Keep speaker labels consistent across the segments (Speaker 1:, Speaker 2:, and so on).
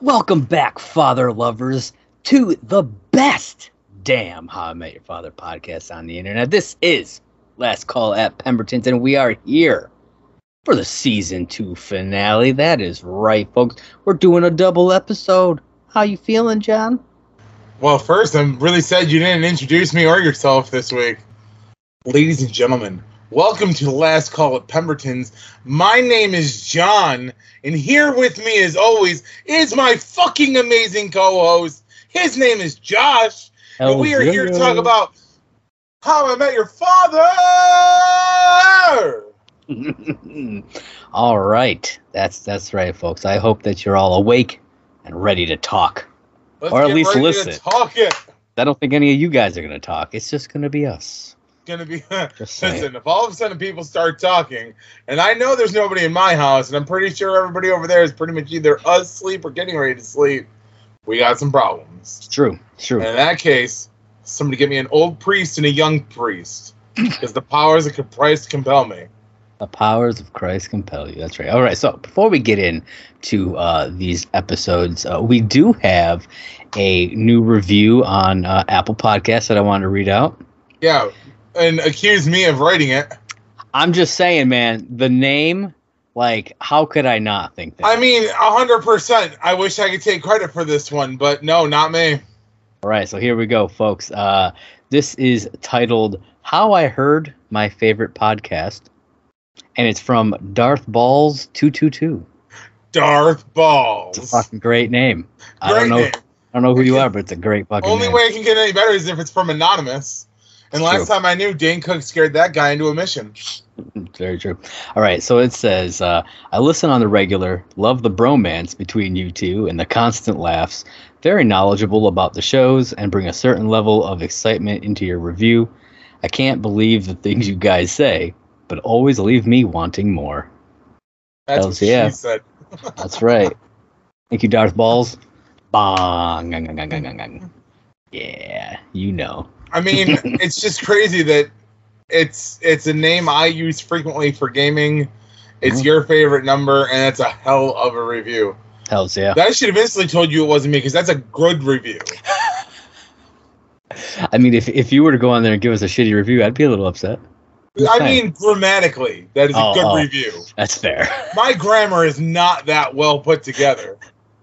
Speaker 1: Welcome back, father lovers, to the best damn How I Met Your Father podcast on the internet. This is Last Call at Pemberton's, and we are here for the season two finale. That is right, folks. We're doing a double episode. How you feeling, John?
Speaker 2: Well, first, I'm really sad you didn't introduce me or yourself this week. Ladies and gentlemen, welcome to the last call at Pemberton's. My name is John, and here with me, as always, is my fucking amazing co host. His name is Josh, and we are here to talk about how I met your father.
Speaker 1: all right, that's that's right, folks. I hope that you're all awake and ready to talk.
Speaker 2: Let's
Speaker 1: Or at
Speaker 2: get
Speaker 1: least
Speaker 2: ready to
Speaker 1: listen.
Speaker 2: Talk it.
Speaker 1: I don't think any of you guys are gonna talk. It's just gonna be us.
Speaker 2: Gonna be
Speaker 1: Just saying.
Speaker 2: Listen, if all of a sudden people start talking, and I know there's nobody in my house, and I'm pretty sure everybody over there is pretty much either asleep or getting ready to sleep, we got some problems.
Speaker 1: It's true. It's true.
Speaker 2: And in that case, somebody give me an old priest and a young priest, because the powers that could price compel me.
Speaker 1: The powers of Christ compel you. That's right. All right. So before we get in to uh, these episodes, uh, we do have a new review on uh, Apple Podcasts that I want to read out.
Speaker 2: Yeah, and accuse me of writing it.
Speaker 1: I'm just saying, man, the name, like, how could I not think that?
Speaker 2: I mean, hundred percent. I wish I could take credit for this one, but no, not me.
Speaker 1: All right. So here we go, folks. Uh, this is titled How I Heard My Favorite Podcast, and it's from Darth Balls 222.
Speaker 2: Darth
Speaker 1: It's a
Speaker 2: Balls.
Speaker 1: fucking great name. I
Speaker 2: Great
Speaker 1: don't know.
Speaker 2: name.
Speaker 1: I don't know who you are, but it's a great fucking
Speaker 2: Only
Speaker 1: name.
Speaker 2: way it can get any better is if it's from anonymous. And
Speaker 1: It's
Speaker 2: last
Speaker 1: true.
Speaker 2: time I knew, Dane Cook scared that guy into a mission.
Speaker 1: Very true. All right, so it says, uh, I listen on the regular, love the bromance between you two and the constant laughs, very knowledgeable about the shows, and bring a certain level of excitement into your review. I can't believe the things you guys say, but always leave me wanting more.
Speaker 2: That's
Speaker 1: Hells
Speaker 2: what
Speaker 1: yeah.
Speaker 2: she said.
Speaker 1: That's right. Thank you, Darth Balls. Bong. Gung, gung, gung, gung, gung, gung. Yeah, you know.
Speaker 2: I mean, it's just crazy that it's it's a name I use frequently for gaming. It's
Speaker 1: Mhm.
Speaker 2: your favorite number, and that's a hell of a review.
Speaker 1: Hells yeah.
Speaker 2: That I should have instantly told you it wasn't me because that's a good review.
Speaker 1: I mean, if, if you were to go on there and give us a shitty review, I'd be a little upset.
Speaker 2: I
Speaker 1: Okay.
Speaker 2: mean, grammatically, that is a
Speaker 1: Oh,
Speaker 2: good
Speaker 1: oh.
Speaker 2: review.
Speaker 1: That's fair.
Speaker 2: My grammar is not that well put together.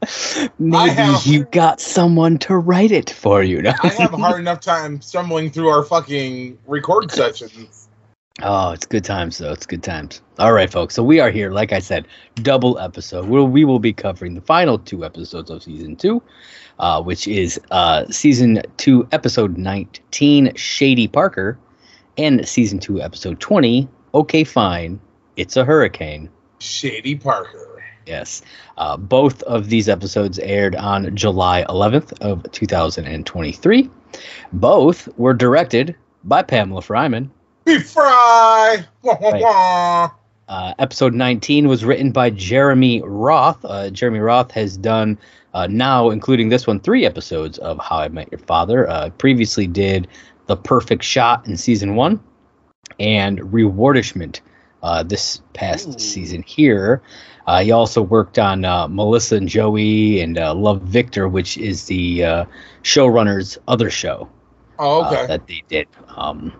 Speaker 2: I
Speaker 1: Maybe
Speaker 2: have-
Speaker 1: you got someone to write it for you. No?
Speaker 2: I have a hard enough time stumbling through our fucking record sessions.
Speaker 1: Oh, it's good times, though. It's good times. All right, folks. So we are here, like I said, double episode where we will be covering the final two episodes of season two, uh, which is uh, season two, episode 19, Shady Parker, and season two, episode 20, Okay, Fine, It's a Hurricane.
Speaker 2: Shady Parker.
Speaker 1: Yes. Uh, both of these episodes aired on July 11th of 2023. Both were directed by Pamela Fryman.
Speaker 2: Be fry. Wah, wah, wah.
Speaker 1: Uh, episode 19 was written by Jeremy Roth. Uh, Jeremy Roth has done uh, now, including this one, three episodes of How I Met Your Father. Uh, previously did The Perfect Shot in season one and Rewardishment uh, this past
Speaker 2: Ooh.
Speaker 1: season here. Uh, he also worked on uh, Melissa and Joey and uh, Love Victor, which is the uh, showrunner's other show
Speaker 2: Oh,
Speaker 1: uh,
Speaker 2: okay.
Speaker 1: that they did. Um,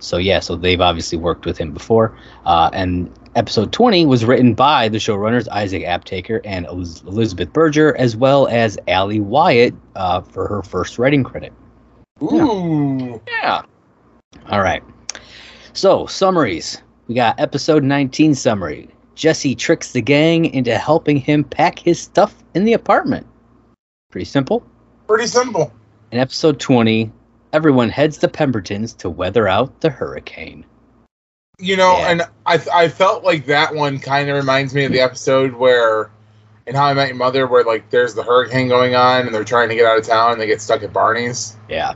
Speaker 1: so yeah, so they've obviously worked with him before. Uh, and episode 20 was written by the showrunners Isaac Aptaker and Eliz- Elizabeth Berger, as well as Allie Wyatt uh, for her first writing credit.
Speaker 2: Ooh.
Speaker 1: Yeah. All right. So, summaries. We got episode 19 summary. Jesse tricks the gang into helping him pack his stuff in the apartment. Pretty simple.
Speaker 2: Pretty simple.
Speaker 1: In episode 20, everyone heads to Pemberton's to weather out the hurricane.
Speaker 2: You know,
Speaker 1: Yeah.
Speaker 2: and I I felt like that one kind of reminds me of the episode where in How I Met Your Mother where like there's the hurricane going on and they're trying to get out of town and they get stuck at Barney's.
Speaker 1: Yeah.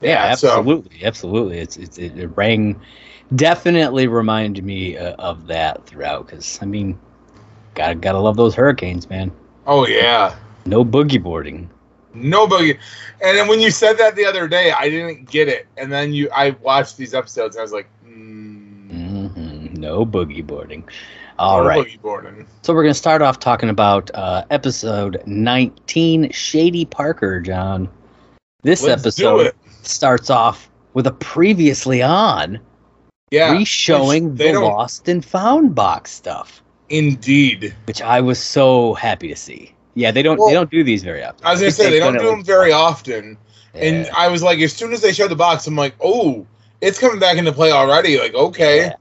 Speaker 1: Yeah,
Speaker 2: so
Speaker 1: absolutely. Absolutely. It's, it's it, it rang definitely reminded me uh, of that throughout cuz I mean, got to got to love those hurricanes, man.
Speaker 2: oh yeah.
Speaker 1: No boogie boarding.
Speaker 2: Nobody and then when you said that the other day, I didn't get it. And then you I watched these episodes and I was like, mm,
Speaker 1: hmm No boogie boarding. All
Speaker 2: no
Speaker 1: right.
Speaker 2: boogie boarding.
Speaker 1: So we're going to start off talking about uh, episode 19, Shady Parker, John. This
Speaker 2: Let's do
Speaker 1: episode
Speaker 2: it.
Speaker 1: starts off with a previously on
Speaker 2: Yeah.
Speaker 1: re-showing
Speaker 2: They
Speaker 1: the
Speaker 2: don't-
Speaker 1: lost and found box stuff,
Speaker 2: Indeed.
Speaker 1: which I was so happy to see. Yeah, they don't
Speaker 2: Well,
Speaker 1: they don't do these very often.
Speaker 2: I was gonna
Speaker 1: think
Speaker 2: say they
Speaker 1: they've
Speaker 2: don't
Speaker 1: done it
Speaker 2: do them
Speaker 1: like-
Speaker 2: very often.
Speaker 1: Yeah.
Speaker 2: And I was like, as soon as they showed the box, I'm like, oh, it's coming back into play already. Like, okay.
Speaker 1: Yeah.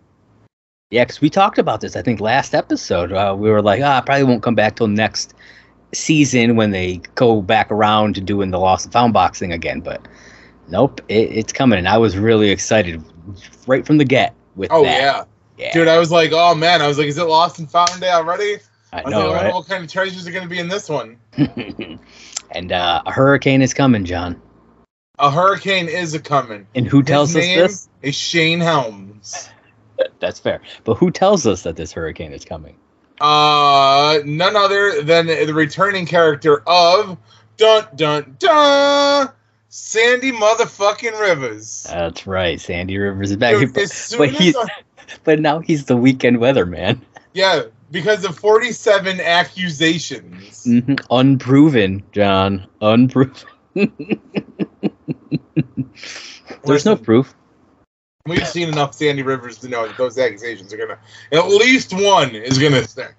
Speaker 1: Yeah, because we talked about this. I think last episode uh, we were like, ah, probably won't come back till next season when they go back around to doing the lost and found boxing again. But nope, it, it's coming, and I was really excited right from the get with
Speaker 2: Oh
Speaker 1: that.
Speaker 2: yeah.
Speaker 1: yeah,
Speaker 2: dude. I was like, oh man. I was like, is it Lost and Found Day already?
Speaker 1: I
Speaker 2: was
Speaker 1: know,
Speaker 2: like, I wonder
Speaker 1: right?
Speaker 2: what kind of treasures are gonna be in this one?
Speaker 1: and uh, a hurricane is coming, John.
Speaker 2: A hurricane is a coming.
Speaker 1: And who tells
Speaker 2: His
Speaker 1: us
Speaker 2: name
Speaker 1: this?
Speaker 2: is Shane Helms.
Speaker 1: That's fair. But who tells us that this hurricane is coming?
Speaker 2: Uh, none other than the returning character of Dun Dun Dun Sandy motherfucking Rivers.
Speaker 1: That's right. Sandy Rivers is back,
Speaker 2: Dude, as soon
Speaker 1: Uh, but
Speaker 2: as
Speaker 1: he's
Speaker 2: I-
Speaker 1: but now he's the weekend weatherman.
Speaker 2: Yeah, because of 47 accusations.
Speaker 1: hmm Unproven, John. Unproven. There's no
Speaker 2: Listen,
Speaker 1: proof.
Speaker 2: We've seen enough Sandy Rivers to know that those accusations are gonna. At least one is gonna stick.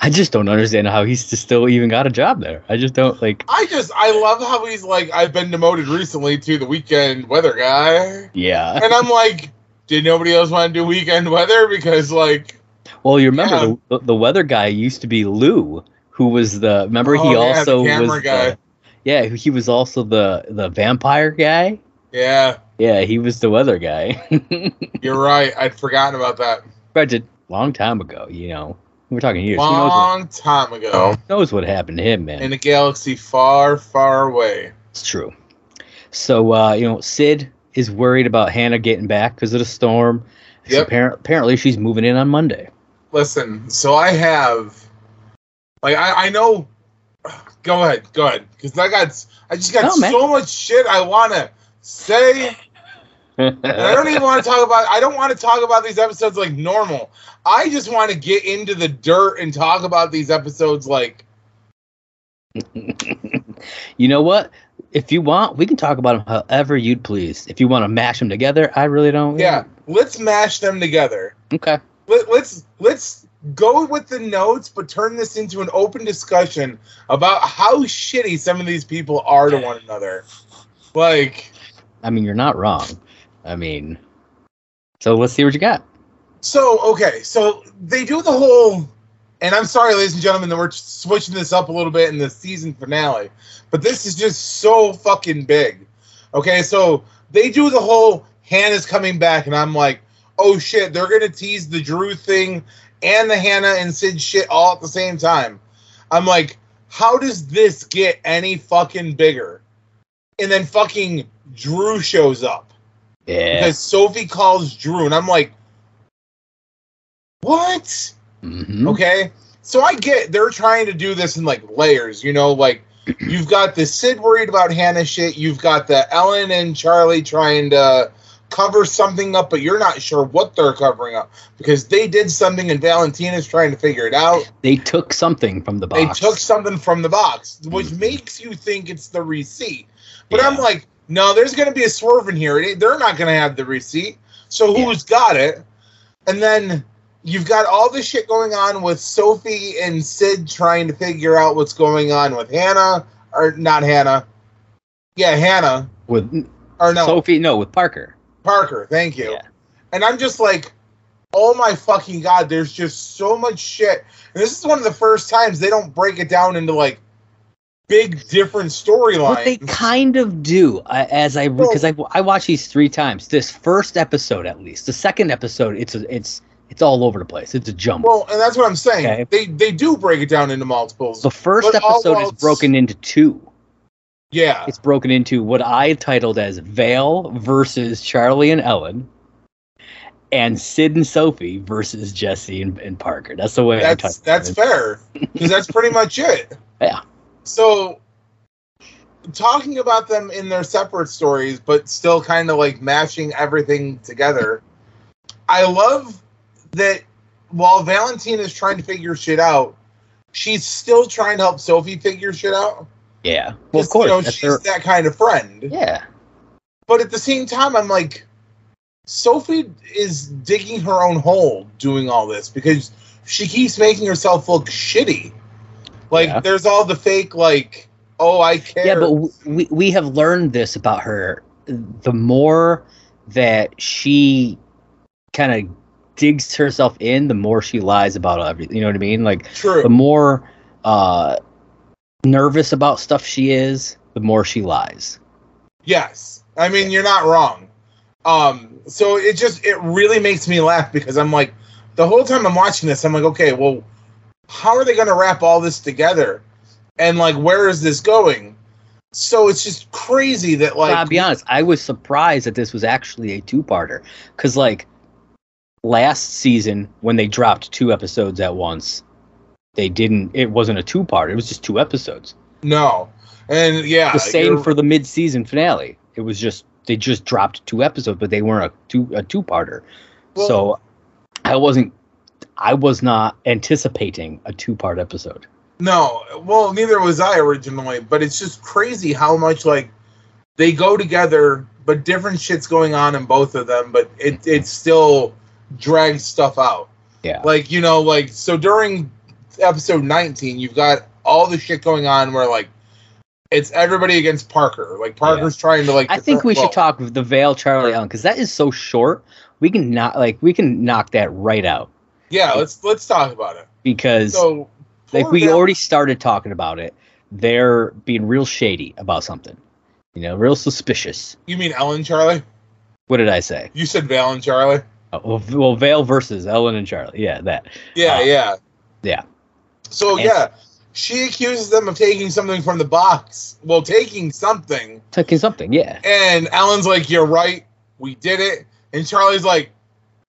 Speaker 1: I just don't understand how he's just still even got a job there. I just don't like.
Speaker 2: I just, I love how he's like, I've been demoted recently to the weekend weather guy,
Speaker 1: Yeah.
Speaker 2: and I'm like, did nobody else want to do weekend weather? Because like,
Speaker 1: Well, you remember
Speaker 2: Yeah.
Speaker 1: the, the weather guy used to be Lou, who was the. Remember
Speaker 2: Oh,
Speaker 1: he
Speaker 2: yeah, the
Speaker 1: also
Speaker 2: camera
Speaker 1: was.
Speaker 2: guy.
Speaker 1: The, yeah, he was also the the vampire guy.
Speaker 2: yeah,
Speaker 1: Yeah, he was the weather guy.
Speaker 2: you're right. I'd forgotten about that
Speaker 1: Granted, long time ago. You know, we're talking years. Who knows what,
Speaker 2: long time ago
Speaker 1: knows what happened to him, man?
Speaker 2: in a galaxy far, far away.
Speaker 1: It's true. So uh, you know, Sid is worried about Hannah getting back because of the storm. So
Speaker 2: Yep.
Speaker 1: appar- apparently, she's moving in on Monday.
Speaker 2: Listen, so I have, like, I, I know. Go ahead, go ahead, because I got, I just got
Speaker 1: No, man.
Speaker 2: so much shit I wanna say, and I don't even want to talk about. I don't want to talk about these episodes like normal. I just want to get into the dirt and talk about these episodes like.
Speaker 1: you know what? If you want, we can talk about them however you'd please. If you want to mash them together, I really don't.
Speaker 2: Yeah, let's mash them together.
Speaker 1: Okay.
Speaker 2: Let, let's let's go with the notes, but turn this into an open discussion about how shitty some of these people are to one another. Like.
Speaker 1: I mean, you're not wrong. I mean, so let's see what you got.
Speaker 2: So okay, so they do the whole, and I'm sorry, ladies and gentlemen, that we're switching this up a little bit in the season finale, but this is just so fucking big. Okay, so they do the whole Hannah's coming back, and I'm like, oh shit, they're gonna tease the Drew thing and the Hannah and Sid shit all at the same time. I'm like, how does this get any fucking bigger? And then fucking Drew shows up
Speaker 1: Yeah.
Speaker 2: because Sophie calls Drew, and I'm like, what?
Speaker 1: Mhm.
Speaker 2: Okay, so I get they're trying to do this in like layers, you know, like you've got the Sid worried about Hannah shit, you've got the Ellen and Charlie trying to cover something up, but you're not sure what they're covering up because they did something and Valentina's trying to figure it out.
Speaker 1: They took something from the box.
Speaker 2: They took something from the box, which
Speaker 1: Mhm.
Speaker 2: makes you think it's the receipt. But I'm
Speaker 1: Yeah.
Speaker 2: like, no, there's going to be a swerve in here. It ain't- They're not going to have the receipt. So
Speaker 1: Yeah.
Speaker 2: who's got it? And then you've got all this shit going on with Sophie and Sid trying to figure out what's going on with Hannah or not Hannah. Yeah, Hannah
Speaker 1: with
Speaker 2: or no
Speaker 1: Sophie. No, with Parker.
Speaker 2: Parker. Thank you.
Speaker 1: Yeah.
Speaker 2: And I'm just like, oh my fucking god, there's just so much shit. And this is one of the first times they don't break it down into like big different
Speaker 1: What they
Speaker 2: storylines.
Speaker 1: kind of do, I, as I because I I watch these three times. This first episode, at least, the second episode, it's a, it's it's all over the place. It's a jumble.
Speaker 2: well, and that's what I'm saying.
Speaker 1: Okay.
Speaker 2: They they do break it down into multiples.
Speaker 1: the first
Speaker 2: but all
Speaker 1: episode is
Speaker 2: while it's-
Speaker 1: broken into two.
Speaker 2: yeah.
Speaker 1: It's broken into what I titled as Vale versus Charlie and Ellen, and Sid and Sophie versus Jesse and, and Parker. That's the way I
Speaker 2: That's
Speaker 1: titled
Speaker 2: that's
Speaker 1: it.
Speaker 2: fair. Because that's pretty much it.
Speaker 1: Yeah.
Speaker 2: So talking about them in their separate stories, but still kind of like mashing everything together. I love that while Valentine is trying to figure shit out, she's still trying to help Sophie figure shit out.
Speaker 1: Yeah. Well, of
Speaker 2: 'Cause,
Speaker 1: course.
Speaker 2: you know,
Speaker 1: that's
Speaker 2: she's
Speaker 1: their-
Speaker 2: that kind of friend.
Speaker 1: yeah.
Speaker 2: But at the same time, I'm like, Sophie is digging her own hole doing all this because she keeps making herself look shitty. Like,
Speaker 1: Yeah.
Speaker 2: there's all the fake, like, oh, I care.
Speaker 1: Yeah, but w- we we have learned this about her. The more that she kind of digs herself in, the more she lies about everything. You know what I mean? Like the
Speaker 2: true.
Speaker 1: more uh, nervous about stuff she is, the more she lies.
Speaker 2: Yes. I mean, you're not wrong. Um, so it just, it really makes me laugh because I'm like, the whole time I'm watching this, I'm like, okay, well, how are they going to wrap all this together? And, like, where is this going? So it's just crazy that, like,
Speaker 1: I'll be honest. I was surprised that this was actually a two-parter because, like, last season when they dropped two episodes at once, they didn't. It wasn't a two-part. It was just two episodes.
Speaker 2: no. And yeah,
Speaker 1: The same
Speaker 2: you're-
Speaker 1: for the mid-season finale. It was just they just dropped two episodes, but they weren't a two a two-parter.
Speaker 2: Well-
Speaker 1: so I wasn't. I was not anticipating a two-part episode.
Speaker 2: No, well, neither was I originally, but it's just crazy how much like they go together, but different shit's going on in both of them, but it it still drags stuff out.
Speaker 1: Yeah.
Speaker 2: Like you know, like so during episode nineteen, you've got all the shit going on where like it's everybody against Parker. Like Parker's trying to like.
Speaker 1: I think we
Speaker 2: well,
Speaker 1: should talk the Veil Charlie Allen because that is so short. We can not like we can knock that right out
Speaker 2: Yeah, let's let's talk about it.
Speaker 1: because
Speaker 2: So
Speaker 1: like
Speaker 2: poor
Speaker 1: we
Speaker 2: Val-
Speaker 1: already started talking about it. They're being real shady about something, you know, real suspicious.
Speaker 2: You mean Ellen Charlie?
Speaker 1: What did I say?
Speaker 2: You said Val and Charlie.
Speaker 1: Oh, well, V- well, Vale versus Ellen and Charlie. Yeah, that.
Speaker 2: Yeah,
Speaker 1: Uh,
Speaker 2: yeah.
Speaker 1: yeah.
Speaker 2: So
Speaker 1: And-
Speaker 2: yeah, she accuses them of taking something from the box. Well, taking something.
Speaker 1: Taking something. Yeah.
Speaker 2: And Ellen's like, "You're right. We did it." And Charlie's like,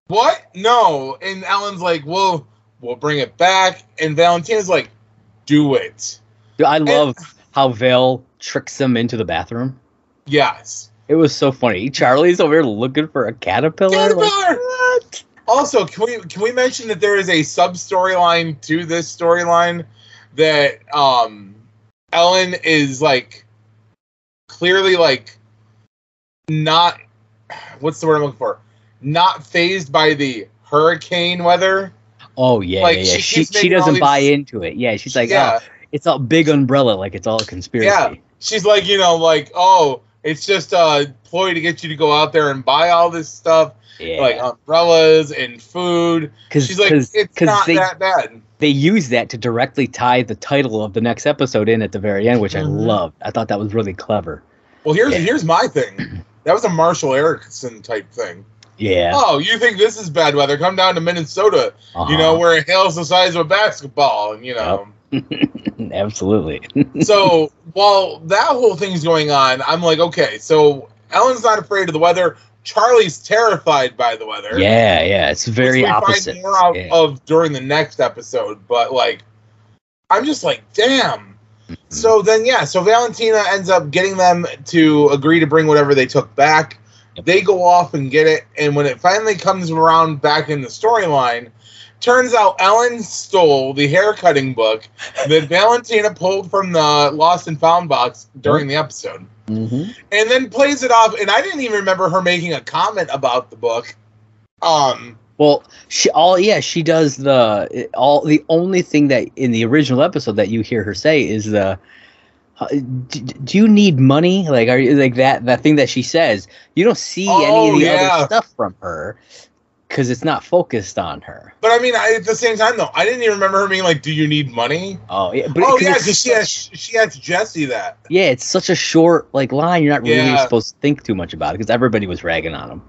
Speaker 2: "What? No." And Ellen's like, "Well, we'll bring it back." And Valentina's like, "Do it."
Speaker 1: I love how Vale tricks them into the bathroom.
Speaker 2: Yes.
Speaker 1: It was so funny. Charlie's over here looking for a caterpillar. like,
Speaker 2: Caterpillar!
Speaker 1: what?
Speaker 2: Also, can we can we mention that there is a sub storyline to this storyline that um Ellen is like clearly like not what's the word I'm looking for? Not phased by the hurricane weather.
Speaker 1: Oh yeah,
Speaker 2: Like,
Speaker 1: yeah, yeah.
Speaker 2: she
Speaker 1: She,
Speaker 2: keeps
Speaker 1: she,
Speaker 2: making all
Speaker 1: doesn't
Speaker 2: these-
Speaker 1: buy into it. Yeah, she's like, oh, it's all big umbrella, like it's all a conspiracy.
Speaker 2: Yeah. she's like, you know, like, oh, it's just a ploy to get you to go out there and buy all this stuff, like
Speaker 1: Yeah,
Speaker 2: umbrellas and food.
Speaker 1: because
Speaker 2: She's like, it's not
Speaker 1: they,
Speaker 2: that bad.
Speaker 1: they use that to directly tie the title of the next episode in at the very end, which
Speaker 2: Mhm.
Speaker 1: I loved. I thought that was really clever.
Speaker 2: Well, here's
Speaker 1: Yeah.
Speaker 2: here's my thing. That was a Marshall Erickson type thing.
Speaker 1: Yeah,
Speaker 2: Oh, you think this is bad weather? Come down to Minnesota, Oh, you know, where it hails the size of a basketball, and you know.
Speaker 1: Uh-huh. absolutely.
Speaker 2: so while that whole thing's going on, I'm like, okay, so Ellen's not afraid of the weather. Charlie's terrified by the weather.
Speaker 1: Yeah, yeah, it's
Speaker 2: which
Speaker 1: very
Speaker 2: we
Speaker 1: opposite.
Speaker 2: Find more out
Speaker 1: Yeah.
Speaker 2: of during the next episode, but like, I'm just like, damn.
Speaker 1: Mm-hmm.
Speaker 2: So then, yeah, so Valentina ends up getting them to agree to bring whatever they took back.
Speaker 1: Yep.
Speaker 2: They go off and get it, and when it finally comes around back in the storyline, turns out Ellen stole the haircutting book that Valentina pulled from the Lost and Found box during the episode,
Speaker 1: Mm-hmm.
Speaker 2: and then plays it off. And I didn't even remember her making a comment about the book. Um,
Speaker 1: Well, she all yeah she does the it- all the only thing that in the original episode that you hear her say is the. "Uh, Do, do you need money? Like are you like that that thing that she says? You don't see any
Speaker 2: Oh,
Speaker 1: of the
Speaker 2: yeah.
Speaker 1: other stuff from her because it's not focused on her.
Speaker 2: but I mean, I, at the same time, though, I didn't even remember her being like, "Do you need money?"
Speaker 1: Oh yeah, but
Speaker 2: oh
Speaker 1: 'cause
Speaker 2: yeah,
Speaker 1: it's
Speaker 2: because she asked she asked Jesse that.
Speaker 1: Yeah, it's such a short like line. You're not really
Speaker 2: Yeah.
Speaker 1: supposed to think too much about it because everybody was ragging on him.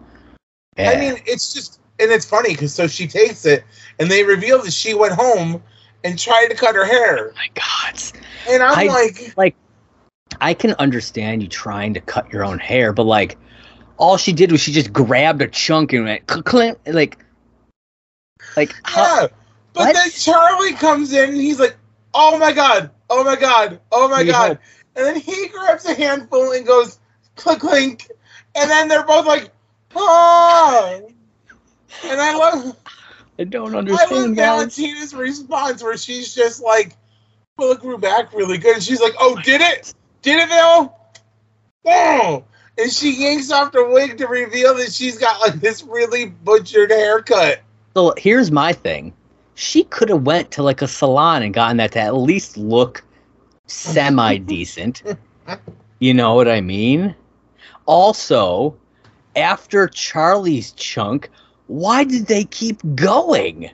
Speaker 1: Yeah.
Speaker 2: I mean, it's just, and it's funny because so she takes it, and they reveal that she went home and tried to cut her hair,
Speaker 1: my God,
Speaker 2: and I'm
Speaker 1: I-
Speaker 2: like,
Speaker 1: I can understand you trying to cut your own hair, but like, all she did was she just grabbed a chunk and went clink, like, like
Speaker 2: Ah,
Speaker 1: how,
Speaker 2: yeah. But
Speaker 1: what?
Speaker 2: then Charlie comes in, and he's like, "Oh my god, oh my god, oh my
Speaker 1: Yeah.
Speaker 2: god," and then he grabs a handful and goes click clink, and then they're both like, "Ah." And I love,
Speaker 1: I don't
Speaker 2: I love
Speaker 1: understand that.
Speaker 2: Valentina's response where she's just like, "Well, it grew back really good." And she's like, "Oh, did it? Did it though? Oh. And she yanks off the wig to reveal that she's got like this really butchered haircut.
Speaker 1: So here's my thing: she could have went to like a salon and gotten that to at least look semi decent. you know what I mean? Also, after Charlie's chunk, why did they keep going?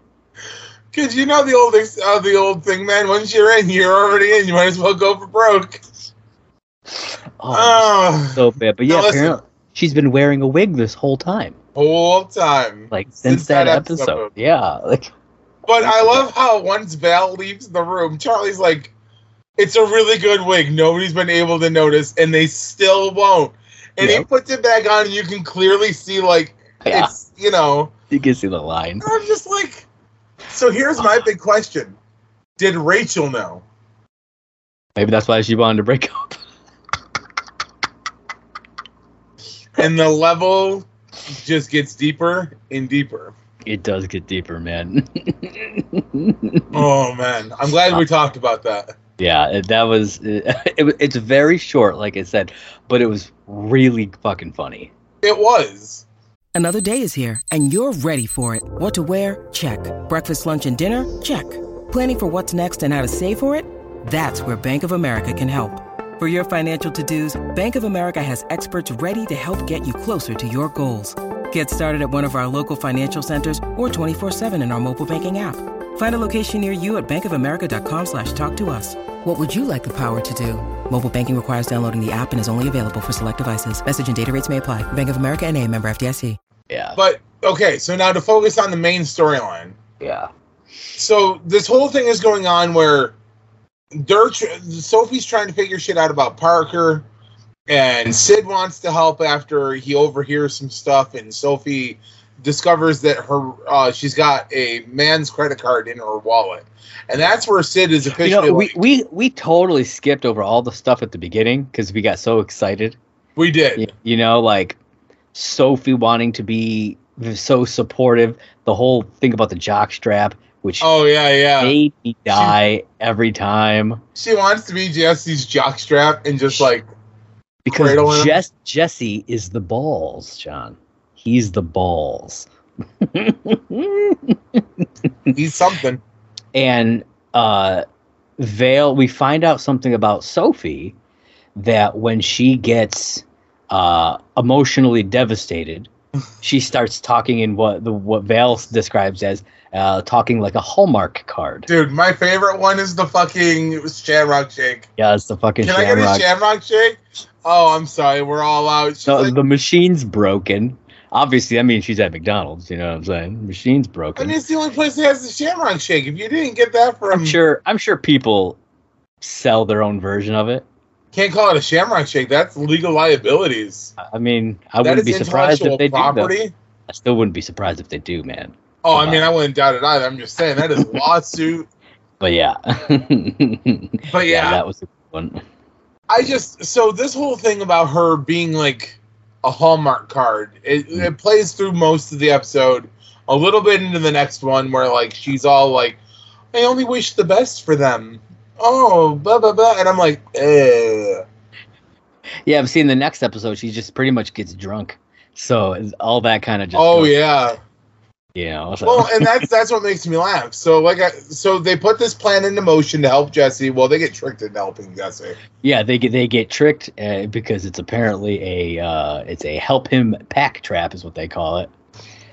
Speaker 2: Cause you know the old ex- uh, the old thing, man. Once you're in, you're already in. You might as well go for broke.
Speaker 1: Oh,
Speaker 2: Oh,
Speaker 1: so bad. But yeah,
Speaker 2: Now listen.
Speaker 1: apparently she's been wearing a wig this whole time,
Speaker 2: whole time.
Speaker 1: like since, that, episode. Yeah, like
Speaker 2: But I love how once Val leaves the room, Charlie's like, "It's a really good wig. Nobody's been able to notice, and they still won't." And he
Speaker 1: Yeah.
Speaker 2: puts it back on, and you can clearly see like
Speaker 1: yeah,
Speaker 2: it's you know.
Speaker 1: you can see the line.
Speaker 2: And I'm just like, so here's my big question: Did Rachel know?
Speaker 1: Maybe that's why she wanted to break up.
Speaker 2: And the level just gets deeper and deeper.
Speaker 1: It does get deeper, man.
Speaker 2: Oh man, I'm glad we talked about that.
Speaker 1: yeah, it- that was it, it. It's very short, like I said, but it was really fucking funny.
Speaker 2: It was.
Speaker 3: Another day is here, and you're ready for it. What to wear? Check. Breakfast, lunch, and dinner? Check. Planning for what's next and how to save for it? That's where Bank of America can help. For your financial to dos, Bank of America has experts ready to help get you closer to your goals. Get started at one of our local financial centers or 24-7 in our mobile banking app. Find a location near you at bankofamerica.com slash talk to us. What would you like the power to do? Mobile banking requires downloading the app and is only available for select devices. Message and data rates may apply. Bank of America and a member FDIC.
Speaker 1: Yeah,
Speaker 2: But okay, so now to focus on the main storyline.
Speaker 1: yeah,
Speaker 2: So this whole thing is going on where they're tr- Sophie's trying to figure shit out about Parker, and Sid wants to help after he overhears some stuff, and Sophie discovers that her uh, she's got a man's credit card in her wallet, and that's where Sid is
Speaker 1: you
Speaker 2: officially.
Speaker 1: know, we,
Speaker 2: like-
Speaker 1: we we totally skipped over all the stuff at the beginning because we got so excited.
Speaker 2: we did.
Speaker 1: Y- You know, like Sophie wanting to be so supportive. The whole thing about the jock strap, which
Speaker 2: Oh yeah, yeah.
Speaker 1: made me die every time
Speaker 2: She wants to be Jesse's jockstrap and just like Cradle
Speaker 1: because
Speaker 2: him.
Speaker 1: Jess Jesse is the balls, John. He's the balls,
Speaker 2: he's something.
Speaker 1: and uh, Vale. We find out something about Sophie that when she gets uh, emotionally devastated, she starts talking in what the what Vale describes as uh, talking like a Hallmark card.
Speaker 2: Dude, my favorite one is the fucking Shamrock Shake.
Speaker 1: Yeah, it's the fucking
Speaker 2: Can I
Speaker 1: shamrock.
Speaker 2: get a Shamrock Shake? Oh, I'm sorry, we're all out. She's
Speaker 1: the,
Speaker 2: like,
Speaker 1: the machine's broken. Obviously, I mean she's at McDonald's. You know what I'm saying? Machine's
Speaker 2: I
Speaker 1: broken.
Speaker 2: mean, it's the only place that um, has the Shamrock Shake. If you didn't get that from,
Speaker 1: I'm sure. I'm sure people sell their own version of it.
Speaker 2: can't call it a Shamrock Shake. That's legal liabilities.
Speaker 1: I- I mean, I
Speaker 2: That
Speaker 1: wouldn't
Speaker 2: is
Speaker 1: be surprised
Speaker 2: intellectual
Speaker 1: if they do. Though.
Speaker 2: property.
Speaker 1: I still wouldn't be surprised if they do, man.
Speaker 2: Oh, I mean, I wouldn't doubt it either. I'm just saying that is lawsuit.
Speaker 1: But yeah, yeah,
Speaker 2: But yeah,
Speaker 1: that was a good one.
Speaker 2: I just so this whole thing about her being like a Hallmark card. It,
Speaker 1: Mm.
Speaker 2: it plays through most of the episode, a little bit into the next one where like she's all like, "I only wish the best for them." Oh, blah blah blah, and I'm like, Ugh.
Speaker 1: Yeah, I've seen the next episode. She just pretty much gets drunk. So it's all that kind of just.
Speaker 2: "Oh
Speaker 1: goes-
Speaker 2: yeah."
Speaker 1: You know, so-
Speaker 2: Well, and that's that's what makes me laugh. So like, I, so they put this plan into motion to help Jesse. Well, they get tricked into helping Jesse.
Speaker 1: yeah, they get they get tricked uh, because it's apparently a uh, it's a help him pack trap is what they call it.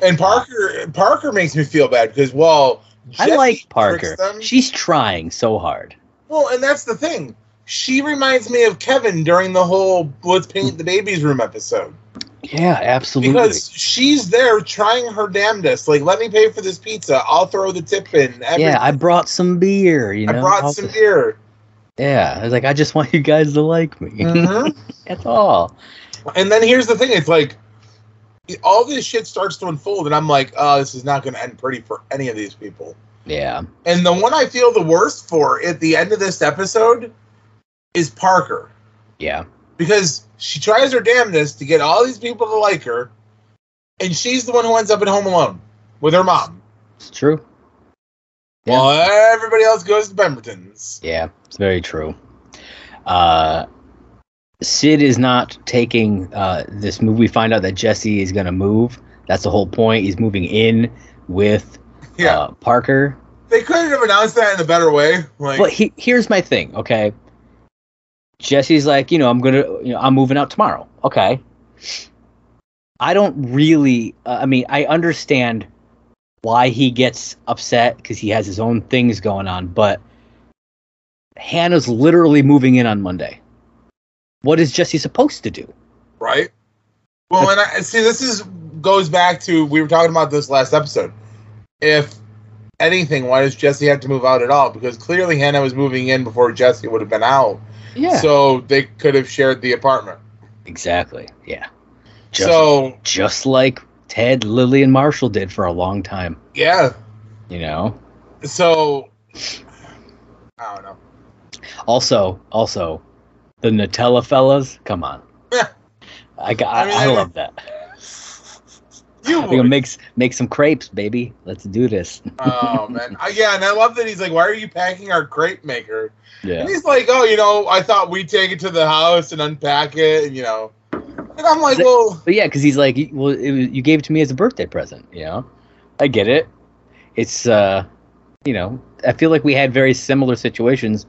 Speaker 2: And Parker Parker makes me feel bad because well,
Speaker 1: I
Speaker 2: Jesse
Speaker 1: like
Speaker 2: tricks
Speaker 1: Parker.
Speaker 2: them.
Speaker 1: She's trying so hard.
Speaker 2: Well, and that's the thing. She reminds me of Kevin during the whole "Let's Paint the Baby's Room" episode
Speaker 1: Yeah, absolutely.
Speaker 2: because she's there trying her damnedest. Like, let me pay for this pizza. I'll throw the tip in. Every,
Speaker 1: yeah, I brought some beer. You
Speaker 2: I
Speaker 1: know,
Speaker 2: brought
Speaker 1: I'll-
Speaker 2: some beer.
Speaker 1: Yeah, I was like, I just want you guys to like me.
Speaker 2: Mhm.
Speaker 1: That's all.
Speaker 2: and then here's the thing: it's like all this shit starts to unfold, and I'm like, oh, this is not going to end pretty for any of these people.
Speaker 1: Yeah.
Speaker 2: And the one I feel the worst for at the end of this episode is Parker.
Speaker 1: Yeah.
Speaker 2: because she tries her damnedest to get all these people to like her, and she's the one who ends up at home alone with her mom,
Speaker 1: It's true. Yeah.
Speaker 2: while everybody else goes to Pemberton's.
Speaker 1: Yeah, it's very true. Uh, Sid is not taking uh, this move. We find out that Jesse is going to move. That's the whole point. He's moving in with
Speaker 2: Yeah,
Speaker 1: uh, Parker.
Speaker 2: they couldn't have announced that in a better way. Like,
Speaker 1: But he, here's my thing, okay? Jesse's like, you know, I'm gonna, you know, I'm moving out tomorrow. Okay. I don't really. Uh, I mean, I understand why he gets upset because he has his own things going on, but Hannah's literally moving in on Monday. What is Jesse supposed to do?
Speaker 2: right? Well, and I see this is goes back to we were talking about this last episode. If anything, why does Jesse have to move out at all? Because clearly Hannah was moving in before Jesse would have been out,
Speaker 1: Yeah.
Speaker 2: so they could have shared the apartment.
Speaker 1: exactly. Yeah. Just,
Speaker 2: so
Speaker 1: just like Ted, Lily, and Marshall did for a long time.
Speaker 2: yeah,
Speaker 1: You know.
Speaker 2: So I don't know.
Speaker 1: Also, also, the Nutella fellas, come on.
Speaker 2: Yeah.
Speaker 1: I got. I,
Speaker 2: I mean,
Speaker 1: I
Speaker 2: I-
Speaker 1: love that.
Speaker 2: You
Speaker 1: We're gonna
Speaker 2: would.
Speaker 1: make s- make some crepes, baby. Let's do this.
Speaker 2: oh man, I, yeah, and I love that he's like, "Why are you packing our crepe maker?"
Speaker 1: Yeah.
Speaker 2: And he's like, "Oh, you know, I thought we'd take it to the house and unpack it, and you know." And I'm like,
Speaker 1: Th-
Speaker 2: "Well,
Speaker 1: But yeah, because he's like, y- well, it was, you gave it to me as a birthday present. You know, I get it. It's uh, you know, I feel like we had very similar situations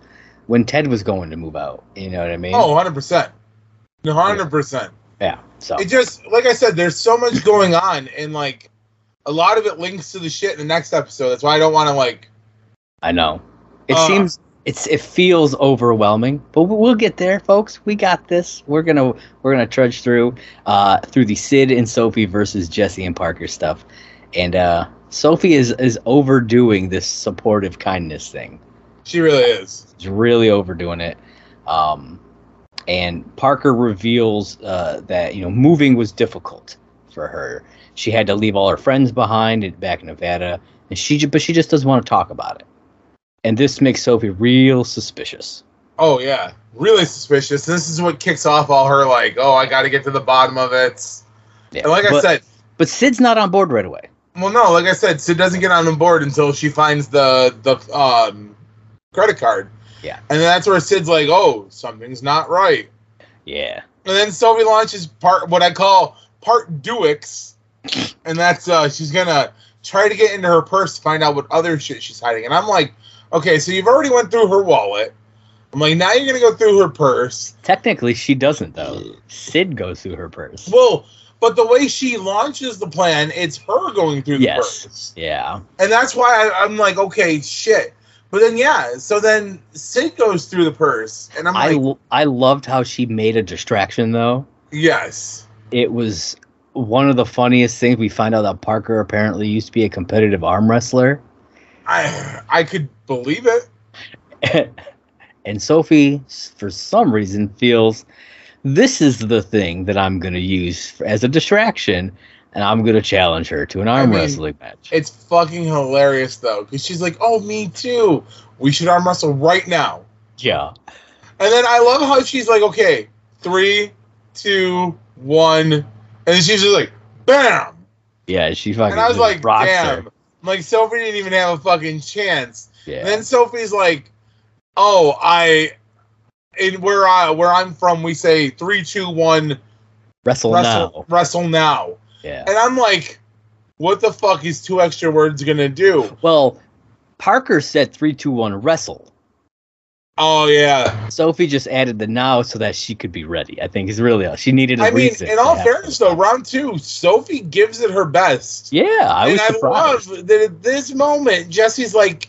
Speaker 1: when Ted was going to move out. You know what I mean?
Speaker 2: oh, 100 percent, 100 percent."
Speaker 1: yeah. So
Speaker 2: It just, like I said, there's so much going on, and like a lot of it links to the shit in the next episode. That's why I don't want to like.
Speaker 1: I know. It
Speaker 2: Uh,
Speaker 1: seems it's it feels overwhelming, but we- we'll get there, folks. We got this. We're gonna we're gonna trudge through uh, through the Sid and Sophie versus Jesse and Parker stuff, and uh, Sophie is is overdoing this supportive kindness thing.
Speaker 2: She really is.
Speaker 1: She's really overdoing it. Um, and Parker reveals uh, that you know moving was difficult for her. She had to leave all her friends behind in- back in Nevada, and she ju- but she just doesn't want to talk about it. And this makes Sophie real suspicious.
Speaker 2: Oh yeah, really suspicious. This is what kicks off all her like, oh, I got to get to the bottom of it.
Speaker 1: Yeah,
Speaker 2: And like
Speaker 1: but,
Speaker 2: I said,
Speaker 1: but Sid's not on board right away.
Speaker 2: well, no, like I said, Sid doesn't get on board until she finds the the um, credit card.
Speaker 1: Yeah.
Speaker 2: and then that's where Sid's like, oh, something's not right.
Speaker 1: Yeah,
Speaker 2: And then Sylvie launches part what I call part duix, and that's uh, she's gonna try to get into her purse to find out what other shit she's hiding. And I'm like, okay, so you've already went through her wallet. I'm like, now you're gonna go through her purse.
Speaker 1: technically she doesn't though. Sid goes through her purse.
Speaker 2: Well, but the way she launches the plan, it's her going through the
Speaker 1: Yes.
Speaker 2: purse.
Speaker 1: yeah,
Speaker 2: And that's why I, I'm like, okay, shit. But then, yeah, so then Sid goes through the purse, and I'm
Speaker 1: I
Speaker 2: like,
Speaker 1: lo- I loved how she made a distraction though.
Speaker 2: yes.
Speaker 1: it was one of the funniest things we find out that Parker apparently used to be a competitive arm wrestler.
Speaker 2: I I could believe it.
Speaker 1: and Sophie, s- for some reason, feels this is the thing that I'm going to use f- as a distraction, and I'm going to challenge her to an arm
Speaker 2: mean,
Speaker 1: wrestling match.
Speaker 2: It's fucking hilarious, though, because she's like, oh, me too. We should arm wrestle right now.
Speaker 1: yeah.
Speaker 2: And then I love how she's like, okay, three, two, one, and then she's just like, bam.
Speaker 1: Yeah, she fucking.
Speaker 2: And I was
Speaker 1: just
Speaker 2: like,
Speaker 1: rocks
Speaker 2: damn.
Speaker 1: her.
Speaker 2: I'm like, Sophie didn't even have a fucking chance.
Speaker 1: Yeah.
Speaker 2: And then Sophie's like, "Oh, I, in where I where I'm from, we say three, two, one,
Speaker 1: wrestle,
Speaker 2: wrestle,
Speaker 1: now.
Speaker 2: wrestle now."
Speaker 1: Yeah.
Speaker 2: And I'm like, "What the fuck is two extra words gonna do?"
Speaker 1: Well, Parker said three, two, one, wrestle.
Speaker 2: Oh yeah,
Speaker 1: Sophie just added the now so that she could be ready. I think is really all. She needed. I
Speaker 2: I mean, in all fairness though,
Speaker 1: right?
Speaker 2: round two, Sophie gives it her best,
Speaker 1: Yeah, I
Speaker 2: and
Speaker 1: was
Speaker 2: I
Speaker 1: surprised.
Speaker 2: love that at this moment, Jesse's like.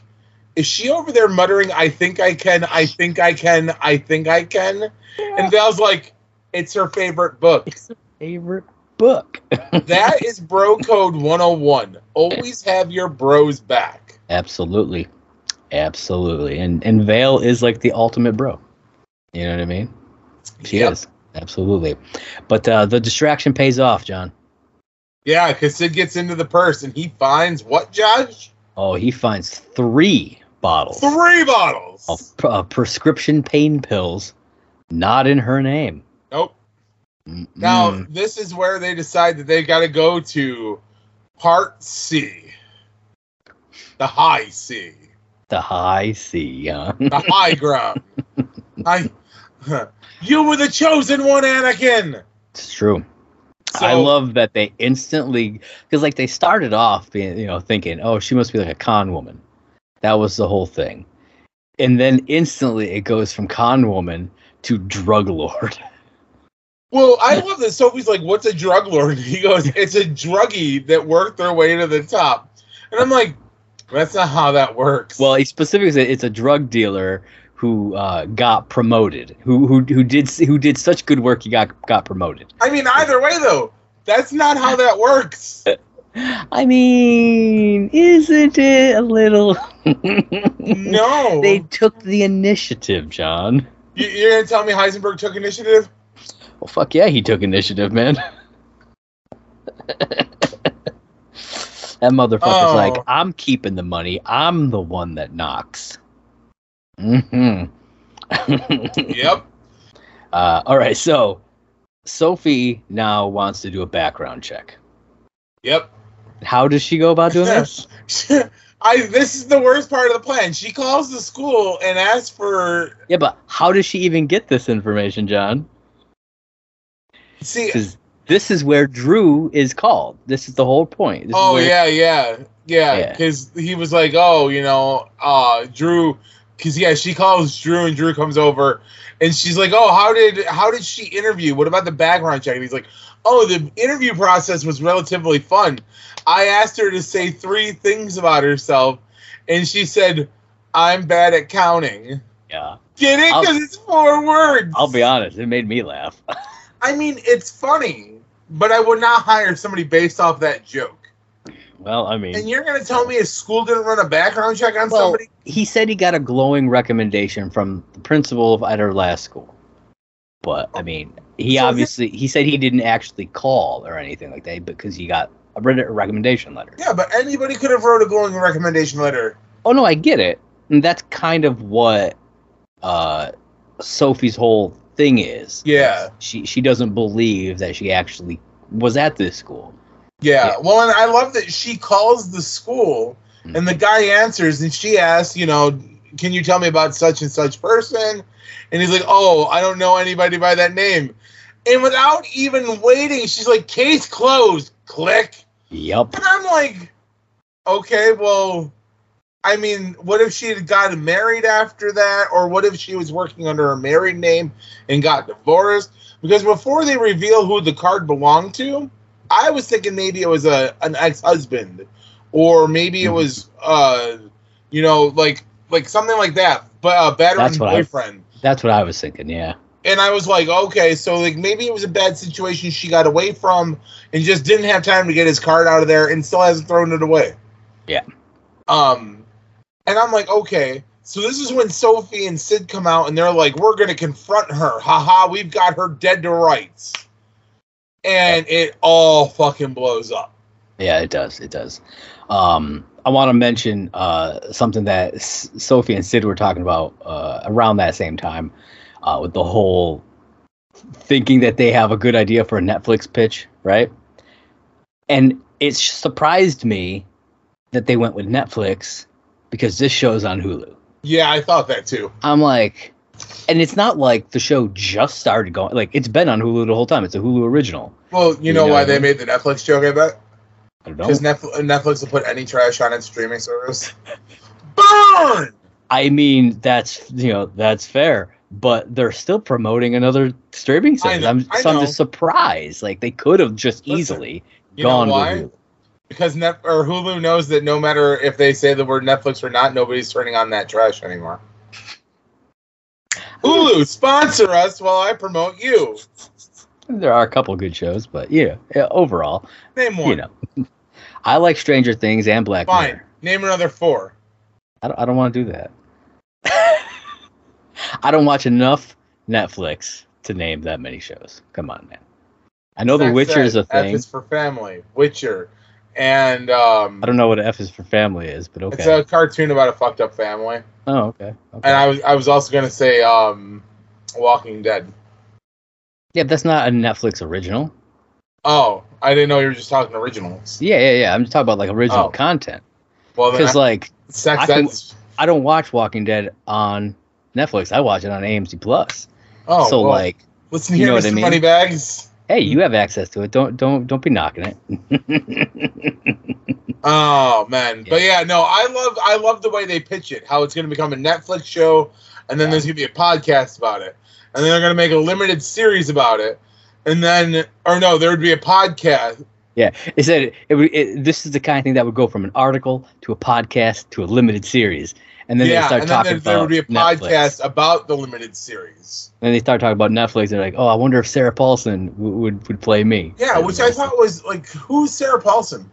Speaker 2: Is she over there muttering, I think I can, I think I can, I think I can? And Val's like, it's her favorite book.
Speaker 1: it's her favorite book.
Speaker 2: that is bro code 101 always have your bros back
Speaker 1: Absolutely, absolutely. And and Vale is like the ultimate bro. You know what I mean? She
Speaker 2: Yep.
Speaker 1: is absolutely. But uh, the distraction pays off, John.
Speaker 2: yeah because sid gets into the purse and he finds what josh
Speaker 1: Oh, he finds three bottles
Speaker 2: three bottles
Speaker 1: of uh, prescription pain pills, not in her name.
Speaker 2: nope
Speaker 1: Mm-mm.
Speaker 2: now this is where they decide that they gotta go to part c the high c
Speaker 1: the high C, huh?
Speaker 2: the high ground i you were the chosen one anakin
Speaker 1: It's true. I love that they instantly because like they started off being you know thinking oh she must be like a con woman, that was the whole thing, and then instantly it goes from con woman to drug lord.
Speaker 2: Well, I love that Sophie's like, "What's a drug lord?" He goes, "It's a druggie that worked their way to the top," and I'm like, "That's not how that works."
Speaker 1: Well, he specifically said it's a drug dealer who uh, got promoted, who who who did who did such good work he got got promoted.
Speaker 2: I mean, either way though, that's not how that works.
Speaker 1: I mean, isn't it a little?
Speaker 2: No,
Speaker 1: They took the initiative, John.
Speaker 2: you, you're gonna tell me Heisenberg took initiative?
Speaker 1: Well, fuck yeah, he took initiative, man. that motherfucker's
Speaker 2: Oh.
Speaker 1: like, I'm keeping the money. I'm the one that knocks. hmm
Speaker 2: Yep.
Speaker 1: uh, all right, so Sophie now wants to do a background check.
Speaker 2: Yep.
Speaker 1: How does she go about doing this?
Speaker 2: I. This is the worst part of the plan. She calls the school and asks for.
Speaker 1: Yeah, but how does she even get this information, John?
Speaker 2: See.
Speaker 1: Because this is where Drew is called. This is the whole point. This is
Speaker 2: Oh
Speaker 1: where-
Speaker 2: yeah, yeah, yeah.
Speaker 1: Yeah.
Speaker 2: Because he was like, oh, you know, uh, Drew. Because yeah, she calls Drew, and Drew comes over, and she's like, oh, how did how did she interview? What about the background check? And he's like, oh, the interview process was relatively fun. I asked her to say three things about herself, and she said, I'm bad at counting.
Speaker 1: yeah.
Speaker 2: Get it?
Speaker 1: I'll-
Speaker 2: Because it's four words.
Speaker 1: I'll be honest, it made me laugh.
Speaker 2: I mean, it's funny, but I would not hire somebody based off that joke.
Speaker 1: well, I mean,
Speaker 2: And you're gonna tell me a school didn't run a background check on
Speaker 1: Well,
Speaker 2: somebody?
Speaker 1: he said he got a glowing recommendation from the principal of at her last school. But I mean, he
Speaker 2: So is it-
Speaker 1: obviously he said he didn't actually call or anything like that because he got a re- a recommendation letter.
Speaker 2: Yeah, but anybody could have wrote a glowing recommendation letter.
Speaker 1: Oh no, I get it. And that's kind of what uh, Sophie's whole thing is.
Speaker 2: Yeah,
Speaker 1: She she doesn't believe that she actually was at this school.
Speaker 2: yeah.
Speaker 1: Yeah. Mm-hmm.
Speaker 2: Well, and I love that she calls the school, and the guy answers, and she asks, you know, can you tell me about such and such person? And he's like, oh, I don't know anybody by that name. And without even waiting, she's like, case closed. Click.
Speaker 1: Yup.
Speaker 2: And I'm like, okay, well, I mean, what if she had gotten married after that? Or what if she was working under her married name and got divorced? Because before they reveal who the card belonged to, I was thinking maybe it was a an ex husband, or maybe it
Speaker 1: Mhm.
Speaker 2: was uh, you know, like like something like that, but a veteran
Speaker 1: That's what I-
Speaker 2: boyfriend.
Speaker 1: That's what I was thinking. Yeah.
Speaker 2: and I was like, okay, so like maybe it was a bad situation she got away from and just didn't have time to get his card out of there and still hasn't thrown it away.
Speaker 1: Yeah.
Speaker 2: Um and I'm like, okay. So this is when Sophie and Sid come out and they're like, we're gonna confront her. Haha, we've got her dead to rights. And it all fucking blows up.
Speaker 1: Yeah, it does. It does. Um, I want to mention uh, something that S- Sophie and Sid were talking about uh, around that same time uh, with the whole thinking that they have a good idea for a Netflix pitch, right? And it surprised me that they went with Netflix because this show's on Hulu.
Speaker 2: Yeah, I thought that too.
Speaker 1: I'm like, and it's not like the show just started going. Like it's been on Hulu the whole time. It's a Hulu original.
Speaker 2: Well, you,
Speaker 1: You
Speaker 2: know,
Speaker 1: know
Speaker 2: why
Speaker 1: what I
Speaker 2: they
Speaker 1: mean?
Speaker 2: made the Netflix joke, I bet?
Speaker 1: I don't know.
Speaker 2: Because Netflix, Netflix will put any trash on its streaming service. Burn!
Speaker 1: I mean, that's you know that's fair, but they're still promoting another streaming
Speaker 2: I
Speaker 1: service.
Speaker 2: know,
Speaker 1: I'm,
Speaker 2: I
Speaker 1: so I'm
Speaker 2: know.
Speaker 1: just surprised. Like they could have just
Speaker 2: Listen,
Speaker 1: easily
Speaker 2: You
Speaker 1: gone
Speaker 2: know
Speaker 1: with
Speaker 2: why?
Speaker 1: Hulu.
Speaker 2: Because Net- or Hulu knows that no matter if they say the word Netflix or not, nobody's turning on that trash anymore. Hulu, sponsor us while I promote you.
Speaker 1: There are a couple good shows, but yeah, yeah, overall,
Speaker 2: Name one.
Speaker 1: you know, I like Stranger Things and Black
Speaker 2: Fine.
Speaker 1: Mirror.
Speaker 2: Name another four.
Speaker 1: I don't, I don't want to do that. I don't watch enough Netflix to name that many shows. Come on, man. I know The
Speaker 2: Sex
Speaker 1: Witcher is a
Speaker 2: Ed, F
Speaker 1: thing.
Speaker 2: is for family. Witcher, and um,
Speaker 1: I don't know what F is for family is, but okay.
Speaker 2: it's a cartoon about a fucked up family.
Speaker 1: oh, okay. okay.
Speaker 2: And I was I was also gonna say um, Walking Dead.
Speaker 1: yeah, that's not a Netflix original.
Speaker 2: Oh, I didn't know you were just talking originals.
Speaker 1: Yeah, yeah, yeah. I'm just talking about like original
Speaker 2: Oh.
Speaker 1: content
Speaker 2: Well, then
Speaker 1: because like
Speaker 2: I- Sex
Speaker 1: I can-
Speaker 2: Ed's-
Speaker 1: I don't watch Walking Dead on Netflix. I watch it on AMC Plus.
Speaker 2: Oh,
Speaker 1: so
Speaker 2: well,
Speaker 1: like,
Speaker 2: listen
Speaker 1: you
Speaker 2: here,
Speaker 1: know what I
Speaker 2: Mr.
Speaker 1: mean?
Speaker 2: Moneybags.
Speaker 1: hey, you have access to it. Don't don't don't be knocking it.
Speaker 2: Oh man, but yeah, no, I love I love the way they pitch it. How it's going to become a Netflix show, and then there's going to be a podcast about it, and then they're going to make a limited series about it, and then or no, there would be a podcast.
Speaker 1: Yeah, it said it, would- it, this is the kind of thing that would go from an article to a podcast to a limited series, and then they
Speaker 2: yeah,
Speaker 1: start
Speaker 2: and then
Speaker 1: talking
Speaker 2: there, there
Speaker 1: about
Speaker 2: would be a
Speaker 1: Netflix.
Speaker 2: podcast about the limited series.
Speaker 1: And then they start talking about Netflix. They're like, "Oh, I wonder if Sarah Paulson w- would would play me."
Speaker 2: Yeah, which I thought was like, who's Sarah Paulson?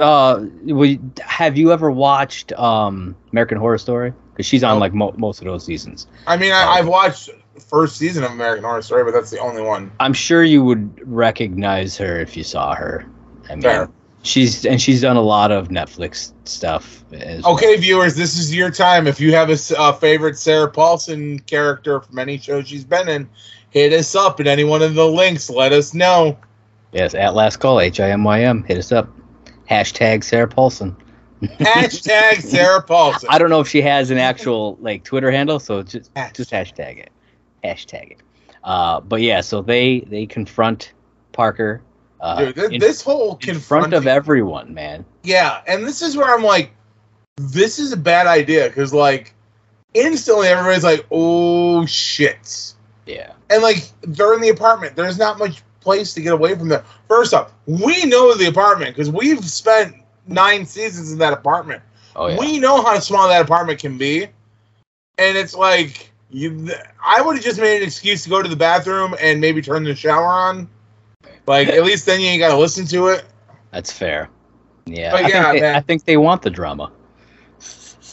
Speaker 1: Uh, we, have you ever watched um American Horror Story? Because she's on
Speaker 2: No.
Speaker 1: like mo- most of those seasons.
Speaker 2: I mean,
Speaker 1: Oh.
Speaker 2: I, I've watched first season of American Horror Story, but that's the only one.
Speaker 1: I'm sure you would recognize her if you saw her. I mean,
Speaker 2: Fair.
Speaker 1: she's and she's done a lot of Netflix stuff. As
Speaker 2: Okay, viewers, this is your time. If you have a s- uh, favorite Sarah Paulson character from any show she's been in, hit us up at any one of the links. Let us know.
Speaker 1: Yes, at last call, H I M Y M. Hit us up. Hashtag Sarah Paulson.
Speaker 2: Hashtag Sarah Paulson.
Speaker 1: I don't know if she has an actual like Twitter handle, so just
Speaker 2: Hash.
Speaker 1: just hashtag it. Hashtag it. Uh, but yeah, so they they confront Parker uh,
Speaker 2: Dude, thi-
Speaker 1: in,
Speaker 2: this whole
Speaker 1: in front
Speaker 2: confronting-
Speaker 1: of everyone, man.
Speaker 2: Yeah, and this is where I'm like, this is a bad idea because like instantly everybody's like, oh shit.
Speaker 1: Yeah.
Speaker 2: And like they're in the apartment. There's not much place to get away from there. First off, we know the apartment because we've spent nine seasons in that apartment.
Speaker 1: Oh yeah.
Speaker 2: We know how small that apartment can be, and it's like you. I would have just made an excuse to go to the bathroom and maybe turn the shower on. Like at least then you ain't got to listen to it.
Speaker 1: That's fair. Yeah. I,
Speaker 2: But Oh, yeah,
Speaker 1: think they,
Speaker 2: man.
Speaker 1: I think they want the drama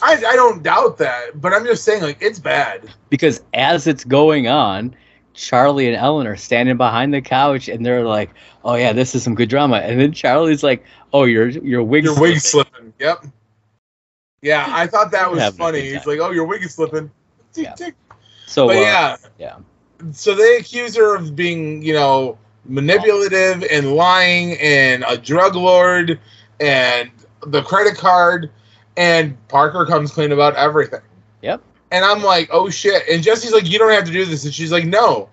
Speaker 2: I I don't doubt that, but I'm just saying like it's bad.
Speaker 1: because as it's going on, Charlie and Ellen are standing behind the couch and they're like, "Oh yeah, this is some good drama." And then Charlie's like, "Oh, your your wig
Speaker 2: Your wig's slipping. Yep. Yeah, I thought that was
Speaker 1: Having a
Speaker 2: funny.
Speaker 1: good
Speaker 2: He's
Speaker 1: time.
Speaker 2: like, "Oh, your wig is slipping." Tick,
Speaker 1: Yeah.
Speaker 2: tick.
Speaker 1: So
Speaker 2: but
Speaker 1: uh,
Speaker 2: Oh, yeah,
Speaker 1: yeah.
Speaker 2: So they accuse her of being, you know, manipulative and lying and a drug lord and the credit card. And Parker comes clean about everything.
Speaker 1: Yep.
Speaker 2: And I'm like, oh shit. And Jesse's like, you don't have to do this. And she's like, no,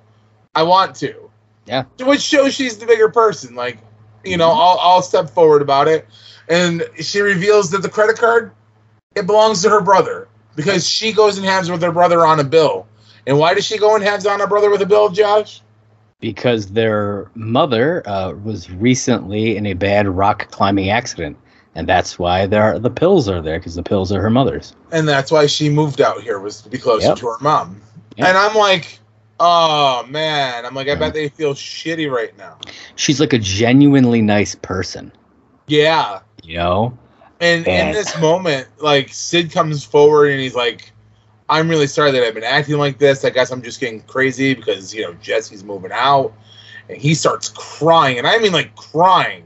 Speaker 2: I want to.
Speaker 1: Yeah. Mm-hmm.
Speaker 2: To which shows she's the bigger person. Like, you know, I'll, I'll step forward about it. And she reveals that the credit card, it belongs to her brother because she goes and halves with her brother on a bill. And why does she go and halves on her brother with a bill, Josh?
Speaker 1: because their mother uh, was recently in a bad rock climbing accident, and that's why there are, the pills are there because the pills are her mother's.
Speaker 2: And that's why she moved out here was to be closer
Speaker 1: Yep.
Speaker 2: to her mom.
Speaker 1: Yep.
Speaker 2: And I'm like, oh man. I'm like, I bet they feel shitty right now.
Speaker 1: She's like a genuinely nice person,
Speaker 2: Yeah.
Speaker 1: you know.
Speaker 2: And in
Speaker 1: And-
Speaker 2: this moment, like Sid comes forward and he's like, "I'm really sorry that I've been acting like this. I guess I'm just getting crazy because you know Jesse's moving out." And he starts crying, and I mean like crying.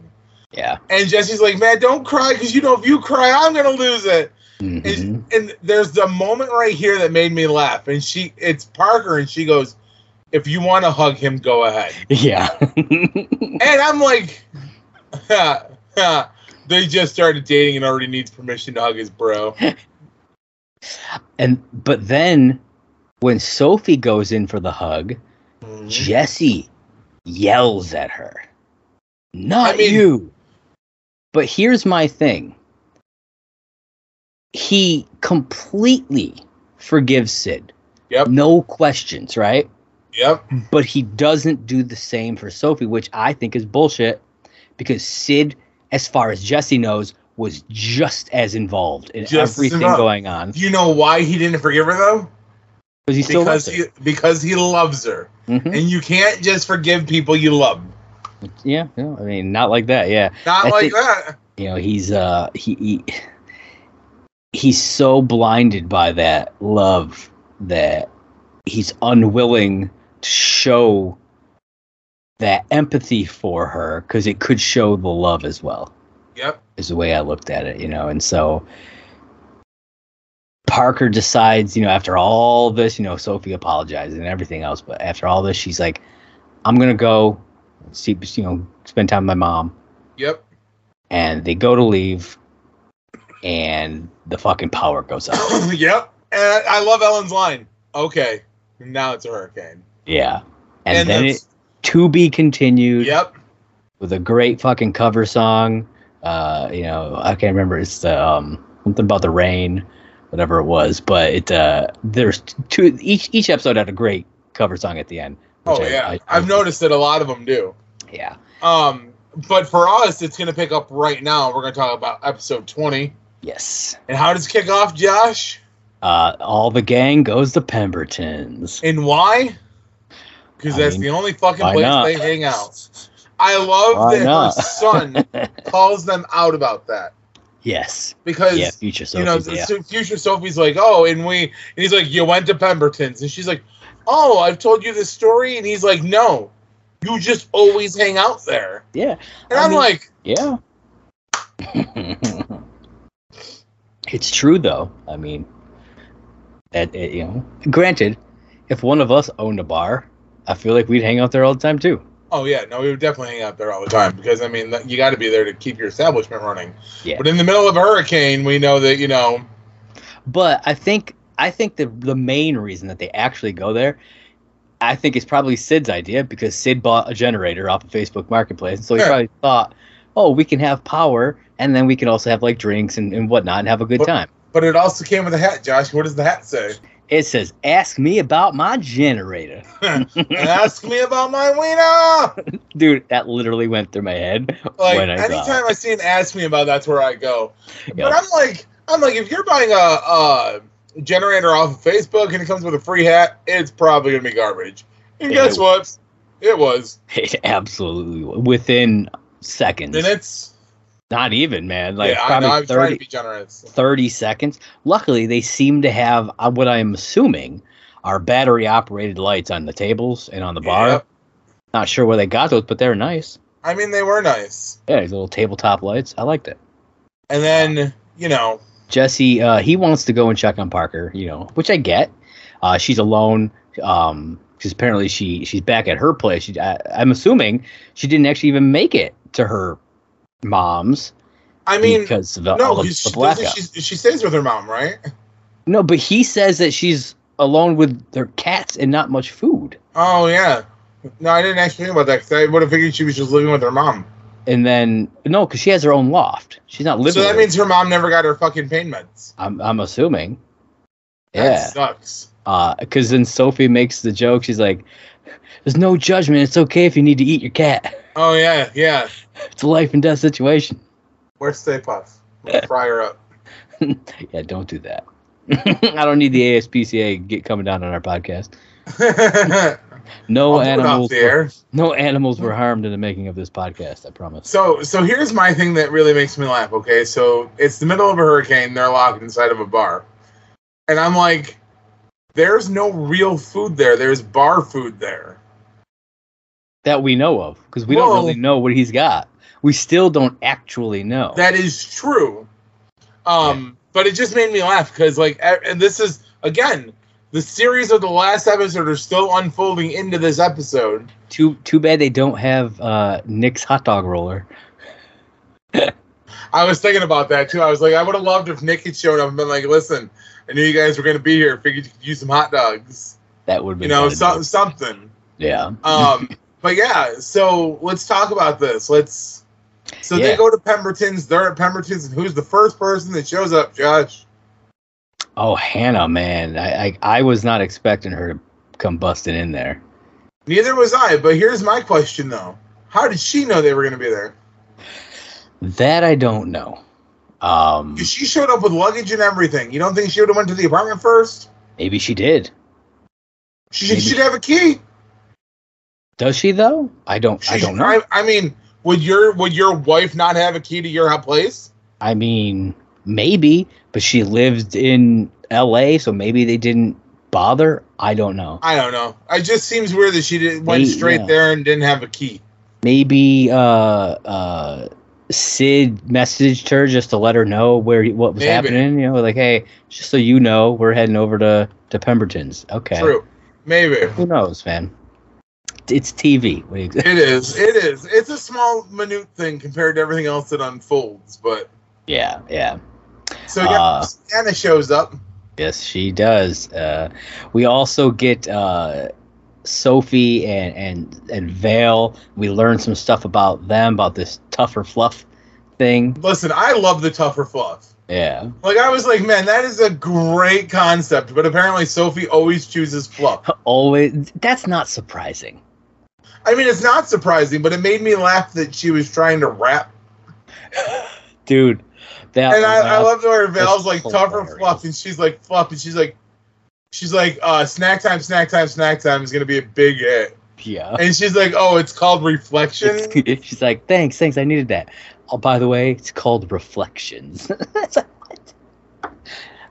Speaker 1: Yeah.
Speaker 2: And Jesse's like, "Man, don't cry because you know if you cry, I'm gonna lose it."
Speaker 1: Mhm.
Speaker 2: And there's the moment right here that made me laugh. And she, it's Parker, and she goes, if you want to hug him, go ahead.
Speaker 1: Yeah.
Speaker 2: And I'm like, they just started dating and already needs permission to hug his bro.
Speaker 1: and but then when Sophie goes in for the hug,
Speaker 2: Mm-hmm.
Speaker 1: Jesse yells at her. Not
Speaker 2: I mean-
Speaker 1: you. But here's my thing. He completely forgives Sid.
Speaker 2: Yep.
Speaker 1: No questions, right?
Speaker 2: Yep.
Speaker 1: But he doesn't do the same for Sophie, which I think is bullshit because Sid, as far as Jesse knows, was just as involved in
Speaker 2: Just as
Speaker 1: everything
Speaker 2: involved.
Speaker 1: going on.
Speaker 2: You know why he didn't forgive her though?
Speaker 1: Because he still
Speaker 2: Because
Speaker 1: loves
Speaker 2: he because he loves her.
Speaker 1: her. Mhm.
Speaker 2: And you can't just forgive people you love.
Speaker 1: Yeah, yeah, I mean, not like that. Yeah,
Speaker 2: Not
Speaker 1: I
Speaker 2: like
Speaker 1: think-
Speaker 2: that.
Speaker 1: you know, he's uh, he, he he's so blinded by that love that he's unwilling to show that empathy for her because it could show the love as well.
Speaker 2: Yep.
Speaker 1: Is the way I looked at it, you know, and so. Parker decides, you know, after all this, you know, Sophie apologizes and everything else, but after all this, she's like, "I'm gonna go, see, you know, spend time with my mom."
Speaker 2: Yep.
Speaker 1: and they go to leave and the fucking power goes out.
Speaker 2: yep. And I love Ellen's line. Okay. Now it's a hurricane.
Speaker 1: yeah. And, then it
Speaker 2: that's-
Speaker 1: to be continued
Speaker 2: Yep.
Speaker 1: with a great fucking cover song. Uh, you know, I can't remember it's the um something about the rain, whatever it was, but it uh there's two each each episode had a great cover song at the end. which
Speaker 2: Oh
Speaker 1: I-
Speaker 2: yeah.
Speaker 1: I-
Speaker 2: I, have noticed that a lot of them do.
Speaker 1: Yeah.
Speaker 2: Um, but for us, it's going to pick up right now. We're going to talk about episode 20.
Speaker 1: Yes.
Speaker 2: And how does it kick off, Josh?
Speaker 1: Uh all the gang goes to Pemberton's.
Speaker 2: And why? Because
Speaker 1: I
Speaker 2: that's
Speaker 1: mean,
Speaker 2: the only fucking
Speaker 1: why
Speaker 2: place
Speaker 1: not?
Speaker 2: they hang out. I love
Speaker 1: Why
Speaker 2: that
Speaker 1: not?
Speaker 2: her son calls them out about that
Speaker 1: Yes.
Speaker 2: because
Speaker 1: Yeah, future Sophie.
Speaker 2: you know
Speaker 1: yeah.
Speaker 2: so future Sophie's like, oh, and we, and he's like, you went to Pemberton's, and she's like, oh, I've told you this story, and he's like, no, you just always hang out there,
Speaker 1: yeah.
Speaker 2: and
Speaker 1: I
Speaker 2: I'm
Speaker 1: mean-
Speaker 2: like,
Speaker 1: Yeah. it's true though. I mean, that it, you know, granted, if one of us owned a bar, I feel like we'd hang out there all the time too.
Speaker 2: oh yeah, no, we would definitely hang out there all the time because I mean, you got to be there to keep your establishment running.
Speaker 1: Yeah.
Speaker 2: But in the middle of a hurricane, we know that you know
Speaker 1: But I think I think the the main reason that they actually go there I think it's probably Sid's idea because Sid bought a generator off of Facebook Marketplace. And so he
Speaker 2: Sure.
Speaker 1: probably thought, "Oh, we can have power and then we can also have like drinks and, and whatnot and have a good
Speaker 2: But-
Speaker 1: time."
Speaker 2: But it also came with a hat, Josh. What does the hat say?
Speaker 1: It says, "Ask me about my generator."
Speaker 2: Ask me about my wiener.
Speaker 1: dude that literally went through my head
Speaker 2: Like
Speaker 1: when I saw
Speaker 2: anytime I see an ask me about, that's where I go.
Speaker 1: it.
Speaker 2: But I'm like, I'm like, if you're buying a, a generator off of Facebook and it comes with a free hat, it's probably gonna be garbage. And
Speaker 1: Yeah,
Speaker 2: guess
Speaker 1: it
Speaker 2: what? It was,
Speaker 1: it absolutely was. within seconds
Speaker 2: and it's
Speaker 1: not even man like
Speaker 2: yeah. I know.
Speaker 1: probably
Speaker 2: I'm trying to
Speaker 1: 30,
Speaker 2: be generous.
Speaker 1: 30 seconds luckily they seem to have uh, what i'm assuming are battery operated lights on the tables and on the bar
Speaker 2: Yep.
Speaker 1: not sure where they got those but they're nice
Speaker 2: I mean, they were nice.
Speaker 1: yeah these little tabletop lights i liked it
Speaker 2: And then you know,
Speaker 1: Jesse, uh, he wants to go and check on Parker, you know, which I get. Uh, she's alone. Um, because apparently she she's back at her place. She, I, I'm assuming she didn't actually even make it to her mom's
Speaker 2: I mean,
Speaker 1: because of the, all
Speaker 2: no,
Speaker 1: of
Speaker 2: 'cause
Speaker 1: the
Speaker 2: she, doesn't-
Speaker 1: blackout.
Speaker 2: she she stays with her mom, right?
Speaker 1: No, but he says that she's alone with their cats and not much food.
Speaker 2: Oh yeah. No, I didn't actually think about that 'cause I would have figured she was just living with her mom.
Speaker 1: And then no, because she has her own loft. She's not living.
Speaker 2: so that
Speaker 1: with-
Speaker 2: means her mom never got her fucking pain meds.
Speaker 1: I'm I'm assuming.
Speaker 2: That
Speaker 1: Yeah.
Speaker 2: sucks.
Speaker 1: because Uh, then Sophie makes the joke. She's like, "There's no judgment. It's okay if you need to eat your cat.
Speaker 2: Oh yeah, yeah.
Speaker 1: It's a life and death situation."
Speaker 2: Where's Stay Puff? Fry her up.
Speaker 1: Yeah, don't do that. I don't need the ASPCA get coming down on our podcast. No
Speaker 2: I'll do it off
Speaker 1: animals.
Speaker 2: the air.
Speaker 1: No animals were harmed in the making of this podcast. I promise.
Speaker 2: So so here's my thing that really makes me laugh, okay? So it's the middle of a hurricane, they're locked inside of a bar. And I'm like, there's no real food there. There's bar food there.
Speaker 1: That we know of, because we don't
Speaker 2: Whoa.
Speaker 1: really know what he's got. We still don't actually know.
Speaker 2: That is true. Um, but it just made me laugh because like, e- and this is again, the series of the last episode are still unfolding into this episode.
Speaker 1: Too too bad they don't have uh, Nick's hot dog roller.
Speaker 2: I was thinking about that too. I was like, I would have loved if Nick had shown up and been like, "Listen, I knew you guys were going to be here. Figured you could use some hot dogs.
Speaker 1: That would be
Speaker 2: You know, so-
Speaker 1: so,
Speaker 2: something."
Speaker 1: yeah.
Speaker 2: Um, but yeah, so let's talk about this. Let's. So
Speaker 1: Yeah.
Speaker 2: they go to Pemberton's. They're at Pemberton's, and who's the first person that shows up? Josh.
Speaker 1: Oh, Hannah, man, I, I I was not expecting her to come busting in there.
Speaker 2: Neither was I. But here's my question though: How did she know they were going to be there?
Speaker 1: That I don't know. Um,
Speaker 2: 'Cause she showed up with luggage and everything. You don't think she would have went to the apartment first?
Speaker 1: maybe she did.
Speaker 2: She should
Speaker 1: Maybe.
Speaker 2: she'd have a key.
Speaker 1: Does she though? I don't. I
Speaker 2: She-
Speaker 1: don't know.
Speaker 2: I,
Speaker 1: I,
Speaker 2: I mean, would your would your wife not have a key to your place?
Speaker 1: mean, maybe, but she lived in L.A., so maybe they didn't bother. I don't know.
Speaker 2: I don't know. It just seems weird that she didn't went
Speaker 1: Me-
Speaker 2: straight
Speaker 1: yeah.
Speaker 2: there and didn't have a key.
Speaker 1: Maybe uh, uh, Sid messaged her just to let her know where he, what was
Speaker 2: Maybe.
Speaker 1: happening. You know, like, hey, just so you know, we're heading over to to Pemberton's. Okay.
Speaker 2: True, maybe it
Speaker 1: Who knows, man? It's TV. What do you-
Speaker 2: is. It is. It's a small, minute thing compared to everything else that unfolds. But
Speaker 1: yeah, yeah.
Speaker 2: so yeah,
Speaker 1: Uh.
Speaker 2: Anna shows up.
Speaker 1: Yes, she does. Uh, we also get uh, Sophie and and and Vale. We learn some stuff about them about this tougher fluff thing.
Speaker 2: Listen, I love the tougher fluff.
Speaker 1: Yeah.
Speaker 2: Like I was like, man, that is a great concept. But apparently, Sophie always chooses fluff.
Speaker 1: Always. That's not surprising.
Speaker 2: I mean, it's not surprising, but it made me laugh that she was trying to rap
Speaker 1: Dude. That
Speaker 2: and I, I
Speaker 1: last-
Speaker 2: love the way Val's like
Speaker 1: That's
Speaker 2: tougher
Speaker 1: hilarious.
Speaker 2: fluff, and she's like fluff, and she's like, she's like, uh, snack time, snack time, snack time is gonna be a big hit,
Speaker 1: Yeah.
Speaker 2: and she's like, oh, it's called reflection.
Speaker 1: She's like, thanks, thanks. I needed that. Oh, by the way, it's called Reflections. It's like, what?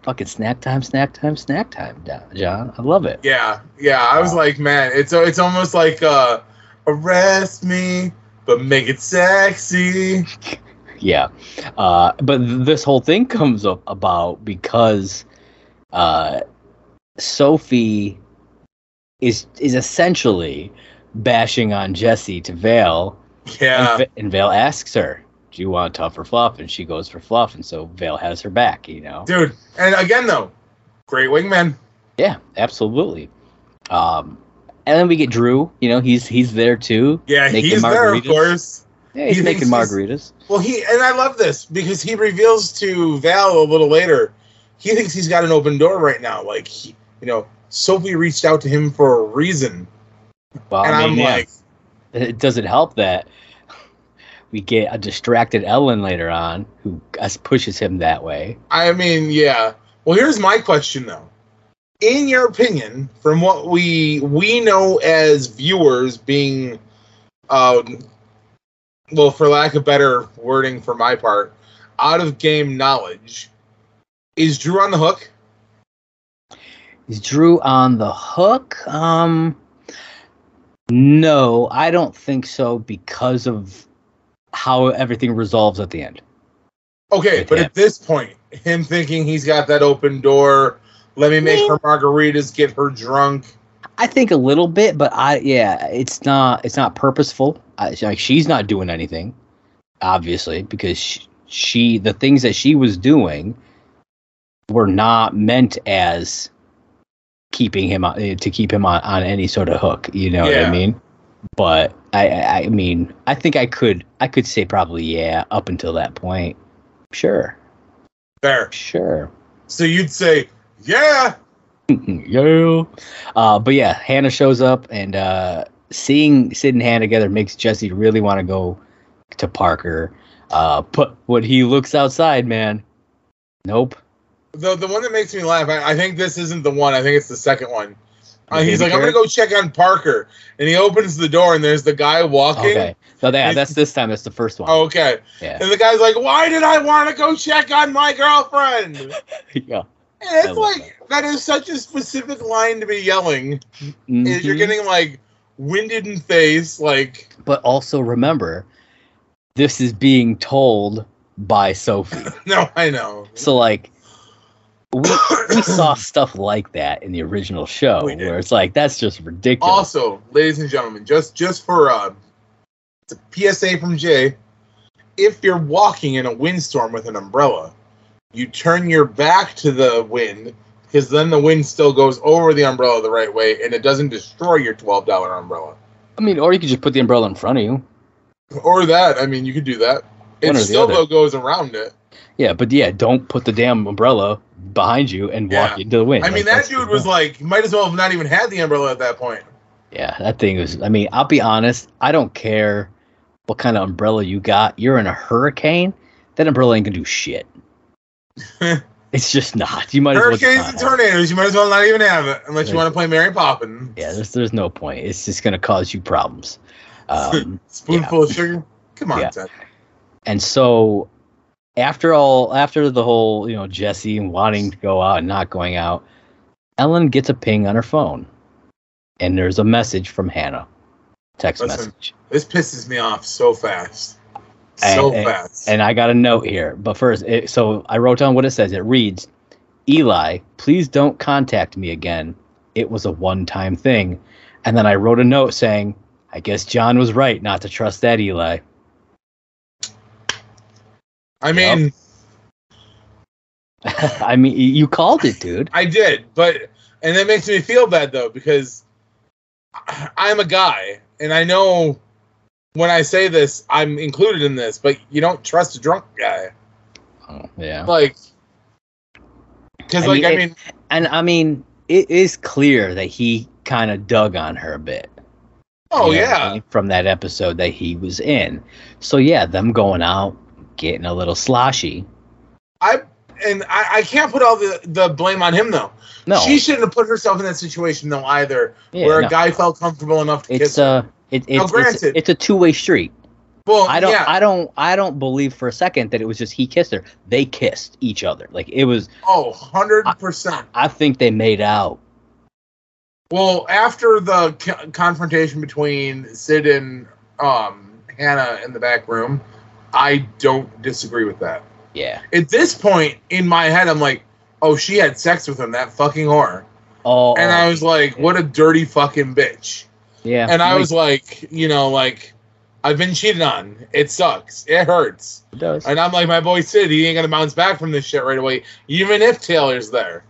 Speaker 1: Fucking snack time, snack time, snack time, Don- John. I love it.
Speaker 2: yeah, yeah. I was
Speaker 1: Wow.
Speaker 2: like, man, it's it's almost like uh, arrest me, but make it sexy.
Speaker 1: Yeah. Uh, but th- this whole thing comes up about because uh, Sophie is is essentially bashing on Jesse to Vale,
Speaker 2: Yeah,
Speaker 1: and, Va- and Vale asks her, "Do you want Tough or Fluff?" And she goes for Fluff, and so Vale has her back. You know.
Speaker 2: dude. And again, though, great wingman.
Speaker 1: Yeah, absolutely. Um, and then we get Drew. You know, he's he's there too.
Speaker 2: Yeah,
Speaker 1: Making
Speaker 2: he's there, of
Speaker 1: margaritas.
Speaker 2: course.
Speaker 1: Yeah, he's
Speaker 2: He thinks
Speaker 1: making
Speaker 2: he's-
Speaker 1: margaritas.
Speaker 2: Well, he and I love this because he reveals to Val a little later. He thinks he's got an open door right now. Like he, you know, Sophie reached out to him for a reason,
Speaker 1: Well,
Speaker 2: and
Speaker 1: I
Speaker 2: I am
Speaker 1: mean, yeah.
Speaker 2: like,
Speaker 1: it doesn't help that we get a distracted Ellen later on who us- pushes him that way.
Speaker 2: I mean, yeah. Well, here's my question though. In your opinion, from what we we know as viewers, being, um, well, for lack of better wording, for my part, out of game knowledge, is Drew on the hook?
Speaker 1: Is Drew on the hook? Um no, I don't think so because of how everything resolves at the end.
Speaker 2: Okay,
Speaker 1: with
Speaker 2: but
Speaker 1: him.
Speaker 2: at this point, him thinking he's got that open door, let me make her margaritas, get her drunk.
Speaker 1: I think a little bit, but I yeah, it's not it's not purposeful. I, it's like she's not doing anything, obviously, because she, she the things that she was doing were not meant as keeping him on, eh, to keep him on, on any sort of hook. You know what
Speaker 2: Yeah.
Speaker 1: I mean? But I, I I mean I think I could I could say probably yeah up until that point. Sure,
Speaker 2: There.
Speaker 1: sure.
Speaker 2: So you'd say, yeah.
Speaker 1: Yo. Uh, but yeah, Hannah shows up, and uh, seeing Sid and Hannah together makes Jesse really want to go to Parker. Uh, but when he looks outside, man, nope.
Speaker 2: The, the one that makes me laugh, I, I think this isn't the one. I think it's the second one. Uh,
Speaker 1: The
Speaker 2: he's
Speaker 1: baby
Speaker 2: like, I'm going to
Speaker 1: carrot?
Speaker 2: go check on Parker. And he opens the door, and there's the guy walking.
Speaker 1: Okay. So yeah,
Speaker 2: He's-
Speaker 1: that's this time. That's the first one.
Speaker 2: Oh, okay.
Speaker 1: yeah.
Speaker 2: And the guy's like, Why did I want to go check on my girlfriend? And
Speaker 1: yeah. I
Speaker 2: it's
Speaker 1: love
Speaker 2: like, that is such a specific line to be yelling. Is You're
Speaker 1: Mhm.
Speaker 2: getting like winded in face, like.
Speaker 1: But also remember, this is being told by Sophie.
Speaker 2: No, I know.
Speaker 1: so like, we, we saw stuff like that in the original show
Speaker 2: We did.
Speaker 1: where it's like that's just ridiculous.
Speaker 2: Also, ladies and gentlemen, just just for uh, it's a PSA from Jay, if you're walking in a windstorm with an umbrella, you turn your back to the wind because then the wind still goes over the umbrella the right way and it doesn't destroy your twelve dollar umbrella.
Speaker 1: I mean, or you could just put the umbrella in front of you.
Speaker 2: Or that, I mean, you could do that.
Speaker 1: One
Speaker 2: It
Speaker 1: or the
Speaker 2: still
Speaker 1: other.
Speaker 2: though goes around it.
Speaker 1: Yeah, but yeah, don't put the damn umbrella behind you and walk
Speaker 2: Yeah.
Speaker 1: into the wind.
Speaker 2: I mean,
Speaker 1: Like,
Speaker 2: that
Speaker 1: that's
Speaker 2: dude
Speaker 1: the-
Speaker 2: was like, might as well have not even had the umbrella at that point.
Speaker 1: Yeah, that thing was. I mean, I'll be honest. I don't care what kind of umbrella you got. You're in a hurricane. That umbrella ain't gonna do shit. it's just not. You might as well. just
Speaker 2: Hurricanes
Speaker 1: not
Speaker 2: and
Speaker 1: have it.
Speaker 2: tornadoes, you might as well not even have it unless
Speaker 1: Right.
Speaker 2: you want to play Mary Poppins.
Speaker 1: Yeah, there's there's no point. It's just gonna cause you problems. Um,
Speaker 2: Spoonful of sugar. Come on,
Speaker 1: Yeah.
Speaker 2: Ted.
Speaker 1: and so after all, after the whole you know Jesse wanting to go out and not going out, Ellen gets a ping on her phone, and there's a message from Hannah, text
Speaker 2: Listen,
Speaker 1: message.
Speaker 2: This pisses me off so fast. So
Speaker 1: And-
Speaker 2: fast.
Speaker 1: And I got a note here, but first, it, so I wrote down what it says. It reads, "Eli, please don't contact me again. It was a one-time thing." And then I wrote a note saying, "I guess John was right not to trust that Eli."
Speaker 2: I mean,
Speaker 1: I mean, y- you called it, dude.
Speaker 2: I did, but and that makes me feel bad though because I- I'm a guy and I know when I say this, I'm included in this, but you don't trust a drunk guy.
Speaker 1: Oh, yeah,
Speaker 2: Like because
Speaker 1: I
Speaker 2: like
Speaker 1: mean,
Speaker 2: I
Speaker 1: it-
Speaker 2: mean
Speaker 1: and I mean, it is clear that he kind of dug on her a bit.
Speaker 2: oh
Speaker 1: you know what I
Speaker 2: yeah.
Speaker 1: mean, from that episode that he was in. So yeah, them going out, getting a little sloshy.
Speaker 2: I and I, I can't put all the, the blame on him though.
Speaker 1: No,
Speaker 2: She shouldn't have put herself in that situation though either,
Speaker 1: yeah,
Speaker 2: where a
Speaker 1: no.
Speaker 2: guy felt comfortable enough to kiss
Speaker 1: it's
Speaker 2: her.
Speaker 1: a it, it's, it's
Speaker 2: granted-
Speaker 1: it's a two way street.
Speaker 2: Well,
Speaker 1: I don't
Speaker 2: yeah.
Speaker 1: I don't I don't believe for a second that it was just he kissed her. They kissed each other. Like it was.
Speaker 2: Oh, 100%.
Speaker 1: I think they made out.
Speaker 2: Well, after the co- confrontation between Sid and um, Hannah in the back room, I don't disagree with that.
Speaker 1: Yeah.
Speaker 2: At this point in my head, I'm like, oh, she had sex with him, that fucking whore.
Speaker 1: Oh.
Speaker 2: And I was like, what a dirty fucking bitch.
Speaker 1: yeah.
Speaker 2: And I
Speaker 1: like,
Speaker 2: was like, you know, like, I've been cheated on. It sucks. It hurts.
Speaker 1: it does.
Speaker 2: And I'm like, my boy Sid, he ain't going to bounce back from this shit right away, even if Taylor's there.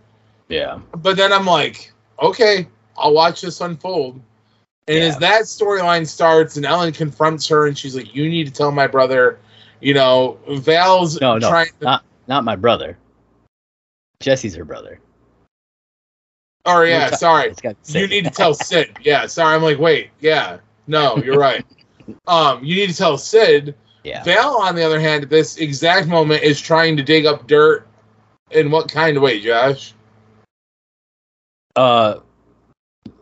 Speaker 1: yeah.
Speaker 2: but then I'm like, okay, I'll watch this unfold. And as
Speaker 1: Yeah.
Speaker 2: that storyline starts, and Ellen confronts her, and she's like, "You need to tell my brother." You know, Val's
Speaker 1: No, no,
Speaker 2: trying. To,
Speaker 1: not not my brother. Jesse's her brother.
Speaker 2: oh yeah,
Speaker 1: We're ta-
Speaker 2: sorry.
Speaker 1: It's got
Speaker 2: You need to tell Sid. Yeah, sorry. I'm like, wait, yeah, no, you're right. Um, you need to tell Sid.
Speaker 1: Yeah.
Speaker 2: Val, on the other hand, at this exact moment is trying to dig up dirt. In what kind of way, Josh?
Speaker 1: Uh.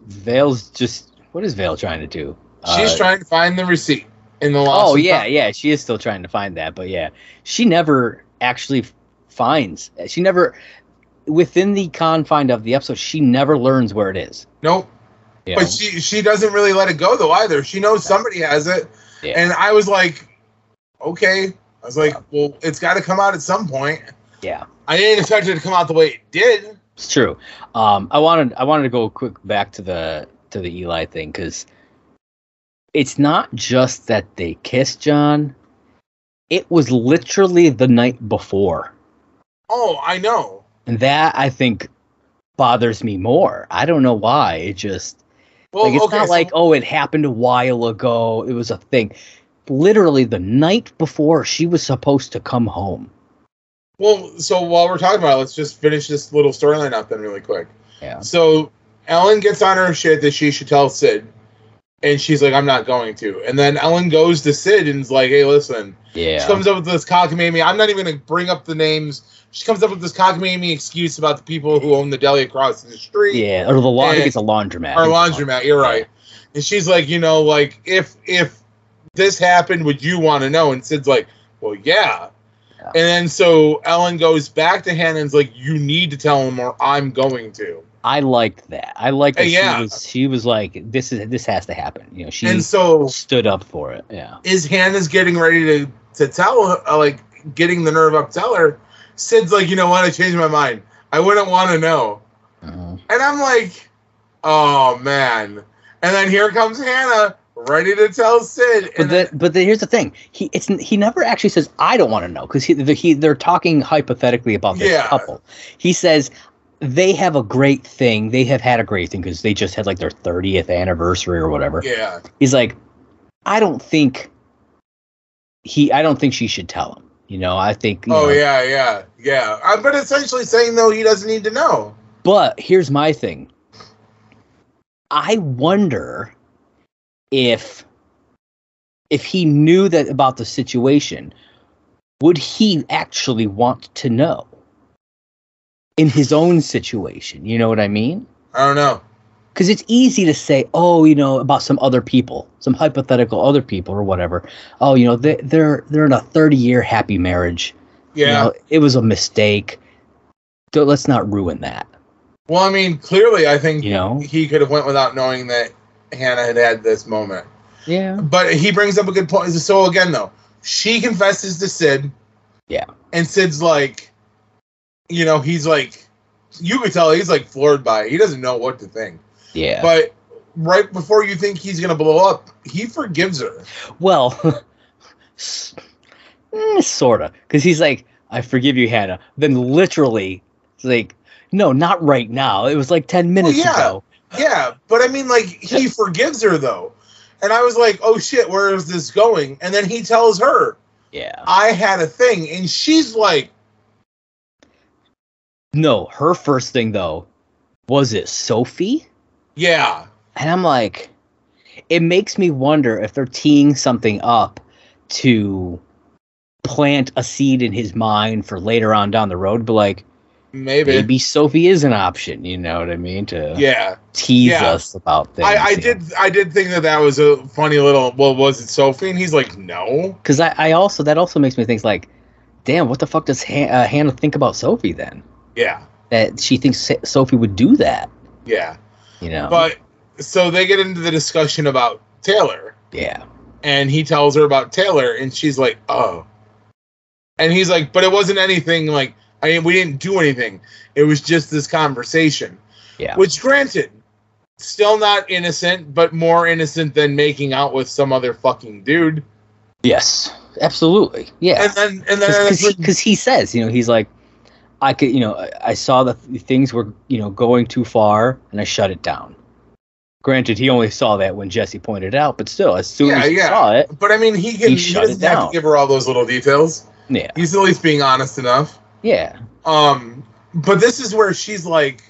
Speaker 1: Vale's just. What is Vale trying to do?
Speaker 2: She's
Speaker 1: Uh,
Speaker 2: trying to find the receipt in the lost.
Speaker 1: Oh
Speaker 2: and
Speaker 1: yeah,
Speaker 2: found.
Speaker 1: yeah. She is still trying to find that, but yeah, she never actually f- finds. She never within the confine of the episode. She never learns where it is.
Speaker 2: Nope.
Speaker 1: you know?
Speaker 2: But she she doesn't really let it go though either. She knows somebody has it,
Speaker 1: Yeah.
Speaker 2: and I was like, okay. I was like, well, it's got to come out at some point.
Speaker 1: yeah,
Speaker 2: I didn't expect it to come out the way it did.
Speaker 1: it's true. Um, I wanted I wanted to go quick back to the to the Eli thing because it's not just that they kissed John. It was literally the night before,
Speaker 2: Oh, I know.
Speaker 1: and that I think bothers me more. I don't know why. It just
Speaker 2: Well,
Speaker 1: like it's
Speaker 2: okay,
Speaker 1: not
Speaker 2: so-
Speaker 1: like oh it happened a while ago. It was a thing. Literally the night before she was supposed to come home.
Speaker 2: well. So while we're talking about, it, let's just finish this little storyline up then really quick.
Speaker 1: Yeah.
Speaker 2: So Ellen gets on her shit that she should tell Sid, and she's like, I'm not going to. And then Ellen goes to Sid and's like, Hey, listen. She
Speaker 1: Yeah.
Speaker 2: comes up with this cockamamie. I'm not even gonna bring up the names. She comes up with this cockamamie excuse about the people who own the deli across the street
Speaker 1: Yeah. Or the laundromat. I think
Speaker 2: And-
Speaker 1: it's a laundromat.
Speaker 2: or
Speaker 1: It's a
Speaker 2: laundromat. You're right. And she's like, you know, like if if this happened, would you want to know? And Sid's like, well, yeah.
Speaker 1: Yeah.
Speaker 2: And then so Ellen goes back to Hannah and's like, you need to tell him, or I'm going to.
Speaker 1: I liked that. I liked that
Speaker 2: Eh, Yeah.
Speaker 1: she was she was like, This is this has to happen. You know, she
Speaker 2: and so
Speaker 1: stood up for it. Yeah.
Speaker 2: is Hannah's getting ready to to tell, uh, like getting the nerve up, to tell her. Sid's like, you know what? I changed my mind. I wouldn't want to know.
Speaker 1: Uh-huh.
Speaker 2: And I'm like, oh man. And then here comes Hannah, ready to tell Sid.
Speaker 1: But
Speaker 2: and
Speaker 1: the, but the, here's the thing. He it's he never actually says I don't want to know because he, the, he they're talking hypothetically about this
Speaker 2: Yeah.
Speaker 1: couple. He says they have a great thing. They have had a great thing because they just had like their 30th anniversary or whatever.
Speaker 2: yeah,
Speaker 1: He's like I don't think he I don't think she should tell him. You know, I think you
Speaker 2: oh
Speaker 1: know,
Speaker 2: yeah, yeah, yeah. Uh, but essentially saying though he doesn't need to know.
Speaker 1: But here's my thing. I wonder if if he knew that about the situation, would he actually want to know in his own situation? You know what I mean?
Speaker 2: I don't know.
Speaker 1: Because it's easy to say, oh, you know, about some other people, some hypothetical other people or whatever. Oh, you know, they, they're they're in a thirty year happy marriage. You
Speaker 2: Yeah.
Speaker 1: know, it was a mistake. Don't, let's not ruin that.
Speaker 2: Well, I mean, clearly, I think
Speaker 1: You know?
Speaker 2: he could have went without knowing that Hannah had had this moment.
Speaker 1: Yeah.
Speaker 2: But he brings up a good point. So again, though, she confesses to Sid.
Speaker 1: Yeah.
Speaker 2: And Sid's like, you know, he's like, you could tell he's like floored by it. He doesn't know what to think.
Speaker 1: Yeah.
Speaker 2: But right before you think he's gonna blow up, he forgives her.
Speaker 1: Well, sort of, because he's like, "I forgive you, Hannah." Then literally, it's like, "No, not right now." It was like ten minutes
Speaker 2: yeah.
Speaker 1: ago.
Speaker 2: Yeah, but I mean, like he forgives her though, and I was like, oh shit, where is this going? And then he tells her,
Speaker 1: Yeah.
Speaker 2: I had a thing, and she's like,
Speaker 1: No, her first thing though was it Sophie,
Speaker 2: yeah,
Speaker 1: and I'm like, it makes me wonder if they're teeing something up to plant a seed in his mind for later on down the road. But like,
Speaker 2: maybe,
Speaker 1: maybe Sophie is an option. You know what I mean? To
Speaker 2: yeah.
Speaker 1: tease
Speaker 2: Yeah.
Speaker 1: us about things.
Speaker 2: I, I
Speaker 1: you know?
Speaker 2: did, I did think that that was a funny little. Well, was it Sophie? And he's like, no.
Speaker 1: Because I, I also that also makes me think like, damn, what the fuck does Han- uh, Hannah think about Sophie then?
Speaker 2: Yeah,
Speaker 1: That she thinks Sa- Sophie would do that,
Speaker 2: yeah.
Speaker 1: you know?
Speaker 2: But so they get into the discussion about Taylor,
Speaker 1: yeah,
Speaker 2: and he tells her about Taylor, and she's like, oh. And he's like, but it wasn't anything like. I mean, we didn't do anything. It was just this conversation.
Speaker 1: yeah,
Speaker 2: Which, granted, still not innocent, but more innocent than making out with some other fucking dude.
Speaker 1: yes, absolutely, yeah.
Speaker 2: And then, and then,
Speaker 1: Because he, 'cause he says, you know, he's like, I could, you know, I, I saw that th- things were, you know, going too far, and I shut it down. Granted, he only saw that when Jesse pointed it out, but still, as soon
Speaker 2: yeah,
Speaker 1: as he
Speaker 2: yeah.
Speaker 1: saw it,
Speaker 2: but I mean, he can.
Speaker 1: he
Speaker 2: He,
Speaker 1: shut it
Speaker 2: doesn't have
Speaker 1: down.
Speaker 2: to give her all those little details.
Speaker 1: yeah,
Speaker 2: He's at least being honest enough.
Speaker 1: yeah,
Speaker 2: Um, but this is where she's like,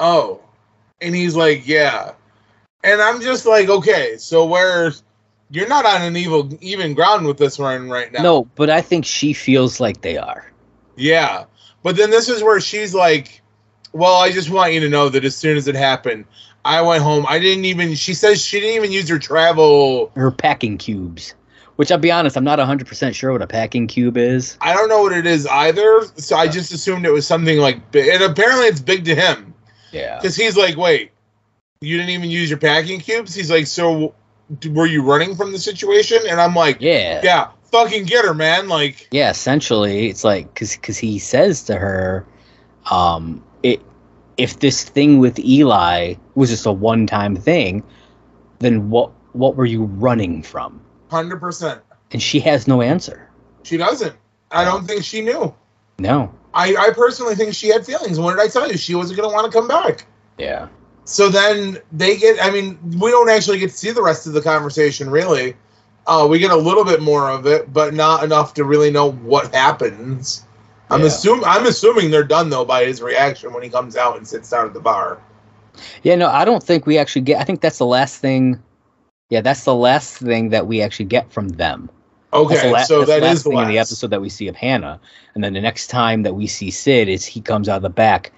Speaker 2: "Oh," and he's like, "Yeah," and I'm just like, "Okay, so where you're not on an evil even ground with this one right now."
Speaker 1: no, but I think she feels like they are.
Speaker 2: Yeah. But then this is where she's like, Well, I just want you to know that as soon as it happened, I went home. I didn't even, she says she didn't even use her travel.
Speaker 1: her packing cubes, which I'll be honest, I'm not 100% sure what a packing cube is.
Speaker 2: I don't know what it is either. So I just assumed it was something like, bi- and apparently it's big to him
Speaker 1: Yeah.
Speaker 2: because he's like, Wait, you didn't even use your packing cubes? He's like, So d- were you running from the situation? And I'm like,
Speaker 1: Yeah. Yeah,
Speaker 2: Yeah, fucking get her, man. Like,
Speaker 1: essentially, it's like cuz cuz he says to her um it if this thing with Eli was just a one-time thing, then what what were you running from?
Speaker 2: 100%.
Speaker 1: And she has no answer.
Speaker 2: She doesn't. I don't think she knew.
Speaker 1: No.
Speaker 2: I, I personally think she had feelings. What did I tell you? She wasn't going to want to come back.
Speaker 1: Yeah.
Speaker 2: So then they get, I mean, we don't actually get to see the rest of the conversation, really. Uh, we get a little bit more of it, but not enough to really know what happens. I'm
Speaker 1: Yeah.
Speaker 2: assuming I'm assuming they're done though by his reaction when he comes out and sits down at the bar.
Speaker 1: Yeah, no, I don't think we actually get I think that's the last thing Yeah, that's the last thing that we actually get from them. That's
Speaker 2: Okay,
Speaker 1: the la-
Speaker 2: so
Speaker 1: that's
Speaker 2: that
Speaker 1: the last
Speaker 2: is the
Speaker 1: thing
Speaker 2: last.
Speaker 1: in the episode that we see of Hannah, and then the next time that we see Sid is he comes out of the back,